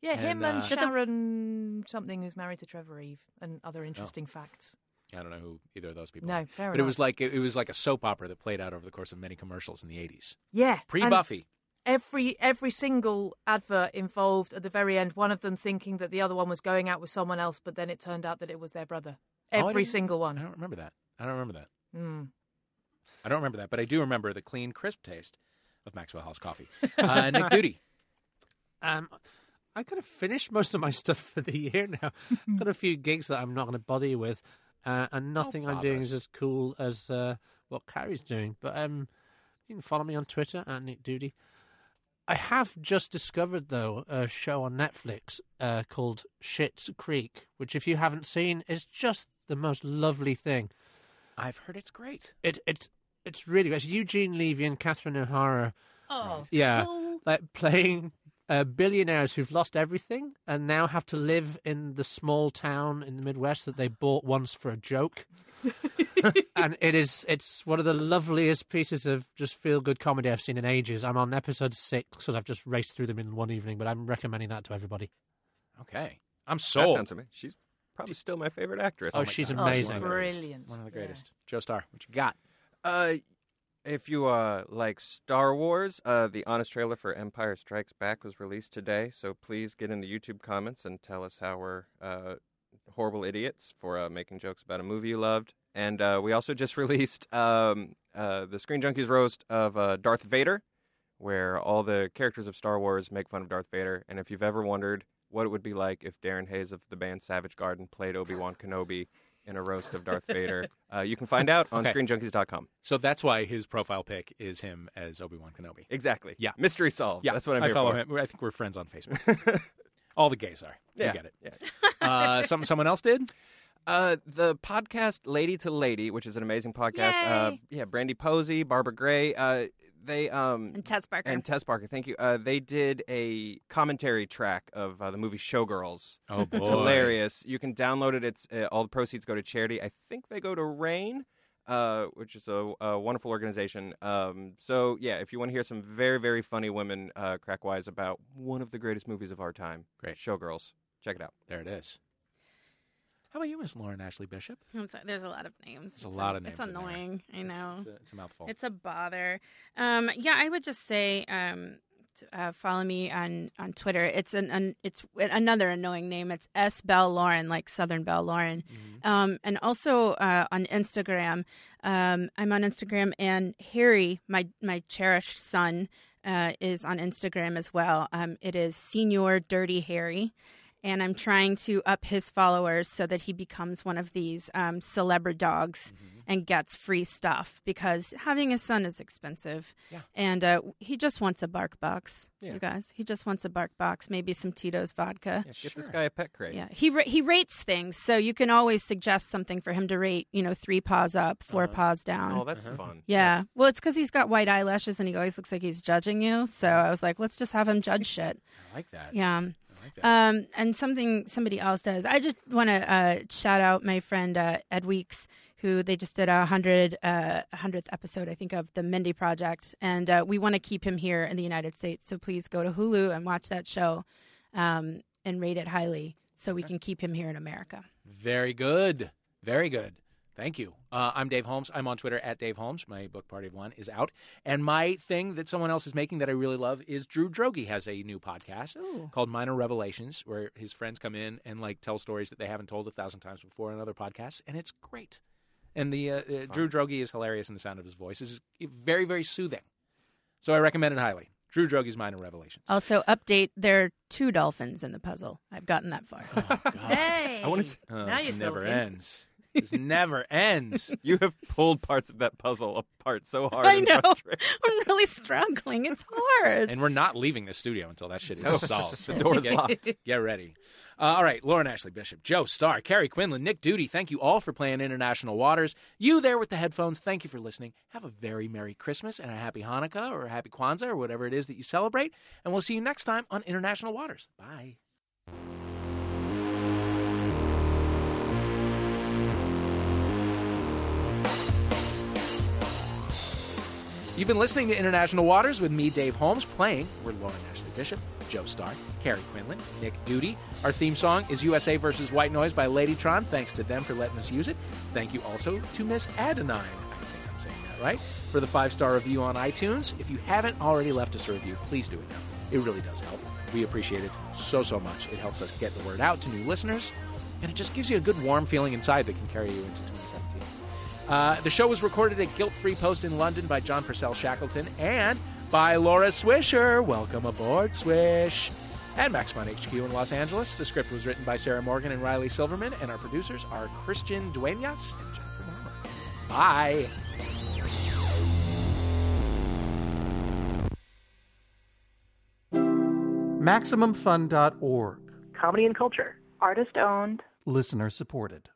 Speaker 3: Yeah, him and
Speaker 1: uh,
Speaker 3: Sharon something who's married to Trevor Eve and
Speaker 1: Oh.
Speaker 3: other interesting facts.
Speaker 1: I don't know who either of those people.
Speaker 3: No,
Speaker 1: are.
Speaker 3: fair
Speaker 1: But it
Speaker 3: enough.
Speaker 1: was like it, it was like a soap opera that played out over the course of many commercials in the eighties.
Speaker 3: Yeah, and
Speaker 1: pre Buffy.
Speaker 3: Every every single advert involved at the very end one of them thinking that the other one was going out with someone else, but then it turned out that it was their brother.
Speaker 1: Oh, I
Speaker 3: Every
Speaker 1: didn't-
Speaker 3: single one.
Speaker 1: I don't remember that. I don't remember that.
Speaker 3: Mm.
Speaker 1: I don't remember that, but I do remember the clean, crisp taste of Maxwell House coffee. Uh, Nick Duty.
Speaker 4: Um, I've kind of finished most of my (laughs) stuff for the year now.
Speaker 2: (laughs)
Speaker 4: Got a few gigs that I'm not going to bother you with, uh, and nothing I'm
Speaker 1: bother
Speaker 4: doing
Speaker 1: us.
Speaker 4: is as cool as uh, what Carrie's doing. But um, you can follow me on Twitter at Nick Doody. I have just discovered though a show on Netflix uh, called Shit's Creek, which if you haven't seen, is just the most lovely thing.
Speaker 1: I've heard it's great.
Speaker 4: It it's it's really great. It's Eugene Levy and Catherine O'Hara.
Speaker 14: Oh,
Speaker 4: yeah,
Speaker 14: cool.
Speaker 4: like playing uh, billionaires who've lost everything and now have to live in the small town in the Midwest that they bought once for
Speaker 14: (laughs)
Speaker 4: a joke. and it is it's one of the loveliest pieces of just feel good comedy I've seen in ages. I'm on episode six because I've just raced through them in one evening, but I'm recommending that to everybody.
Speaker 1: Okay. I'm sold.
Speaker 5: sounds amazing. She's probably still my favorite actress.
Speaker 4: Oh, she's
Speaker 1: God.
Speaker 4: amazing.
Speaker 1: one of the greatest. One of the greatest. Joe Star, what you got?
Speaker 5: Uh, if you uh, like Star Wars, uh, the honest trailer for Empire Strikes Back was released today. So please get in the YouTube comments and tell us how we're uh, horrible idiots for uh, making jokes about a movie you loved. And uh, we also just (laughs) released um, uh, the Screen Junkies roast of uh, Darth Vader, where all the characters of Star Wars make fun of Darth Vader. And if you've ever wondered what it would be like if Darren Hayes of the band Savage Garden played Obi Wan Kenobi in a roast of Darth Vader, uh, you can find out on
Speaker 1: Okay.
Speaker 5: screenjunkies.com.
Speaker 1: So that's why his profile pic is him as Obi Wan Kenobi.
Speaker 5: Exactly.
Speaker 1: Yeah.
Speaker 5: Mystery solved.
Speaker 1: Yeah,
Speaker 5: That's what I'm
Speaker 1: I
Speaker 5: here
Speaker 1: follow
Speaker 5: for.
Speaker 1: him. I think we're friends on Facebook.
Speaker 5: (laughs)
Speaker 1: All the gays are.
Speaker 5: Yeah,
Speaker 1: You get it. Uh, some someone else
Speaker 5: (laughs)
Speaker 1: did.
Speaker 5: Uh, the podcast Lady to Lady, which is an amazing podcast. Uh, yeah, Brandy Posey, Barbara Gray. Uh, they um
Speaker 2: And Tess Barker. (laughs)
Speaker 5: and Tess Barker. Thank you. Uh, they did a commentary track of uh, the movie Showgirls.
Speaker 1: Oh,
Speaker 5: it's
Speaker 1: boy.
Speaker 5: hilarious. You can download it. It's uh, all the proceeds go to charity. I think they go to Rain. Uh, which is a, a wonderful organization. Um, so yeah, if you want to hear some very very funny women uh, crack wise about one of the greatest movies of our time,
Speaker 1: Great.
Speaker 5: Showgirls, check it out.
Speaker 1: There it is. How about you, Miss Lauren Ashley Bishop?
Speaker 2: It's- there's a lot of names.
Speaker 1: There's a
Speaker 2: It's
Speaker 1: lot of names
Speaker 2: It's
Speaker 1: in there.
Speaker 2: annoying. I
Speaker 1: It's-
Speaker 2: know.
Speaker 1: it's a- it's a mouthful.
Speaker 2: It's a bother. Um, yeah, I would just say um, t- uh, follow me on, on Twitter. It's an, an it's another annoying name. It's S Bell Lauren, like Southern Bell Lauren. Um, and also uh, on Instagram, um, I'm on Instagram, and Harry, my my cherished son, uh, is on Instagram as well. Um, it is Senior Dirty Harry and I'm trying to up his followers so that he becomes one of these um, celebrity dogs and gets free stuff because having a son is expensive.
Speaker 14: Yeah.
Speaker 2: And uh, he just wants a bark box,
Speaker 14: Yeah.
Speaker 2: you guys. He just wants a bark box, maybe some Tito's vodka.
Speaker 5: Yeah, Get this guy a pet crate.
Speaker 2: Yeah, he ra- he rates things, so you can always suggest something for him to rate. You know, three paws up, 4 paws down.
Speaker 5: Oh, that's Uh-huh. fun.
Speaker 2: Yeah, well, it's because he's got white eyelashes and he always looks like he's judging you. So I was like, let's just have him judge shit.
Speaker 1: I like that.
Speaker 2: Yeah.
Speaker 1: like
Speaker 2: Um, and something somebody else does. I just want to uh, shout out my friend uh, Ed Weeks, who they just did a hundred uh, hundredth episode, I think, of the Mindy Project, and uh, we want to keep him here in the United States. So please go to Hulu and watch that show, um, and rate it highly, so we can keep him here in America.
Speaker 1: Very good. Very good. Thank you. Uh, I'm Dave Holmes. I'm on Twitter at Dave Holmes. My book Party of One is out. And my thing that someone else is making that I really love is Drew Drogi has a new podcast called Minor Revelations, where his friends come in and like tell stories that they haven't told a thousand times before in other podcasts. And it's great. And the uh, uh, Drew Drogi is hilarious in the sound of his voice. It's very, very soothing. So I recommend it highly. Drew Drogi's Minor Revelations.
Speaker 2: Also, update there are two dolphins in the puzzle. I've gotten that far.
Speaker 1: Oh, I wanna s- Oh, this never ends. This never ends.
Speaker 5: you have pulled parts of that puzzle apart so
Speaker 2: (laughs)
Speaker 5: hard.
Speaker 2: I
Speaker 5: and
Speaker 2: know.
Speaker 5: frustrating.
Speaker 2: I'm really struggling. It's hard.
Speaker 1: And we're not leaving the studio until that shit is
Speaker 5: No.
Speaker 1: solved.
Speaker 5: Oh, The door's
Speaker 1: get,
Speaker 5: locked.
Speaker 1: Get ready. Uh, all right, Lauren Ashley Bishop, Joe Starr, Carrie Quinlan, Nick Duty, thank you all for playing International Waters. You there with the headphones, thank you for listening. Have a very Merry Christmas and a Happy Hanukkah or a Happy Kwanzaa or whatever it is that you celebrate. And we'll see you next time on International Waters. Bye. You've been listening to International Waters with me, Dave Holmes, playing with Lauren Ashley Bishop, Joe Starr, Carrie Quinlan, Nick Duty. Our theme song is USA versus White Noise by Ladytron. Thanks to them for letting us use it. Thank you also to Miss Adenine, I think I'm saying that right, for the five star review on iTunes. If you haven't already left us a review, please do it now. It really does help. We appreciate it so, so much. It helps us get the word out to new listeners, and it just gives you a good warm feeling inside that can carry you into 2017. Uh, the show was recorded at Guilt Free Post in London by John Purcell Shackleton and by Laura Swisher. Welcome aboard, Swish. And Max Fun HQ in Los Angeles. The script was written by Sarah Morgan and Riley Silverman, and our producers are Christian Duenas and Jennifer Marmer. Bye.
Speaker 15: MaximumFun.org.
Speaker 16: Comedy and culture. Artist owned.
Speaker 15: Listener supported.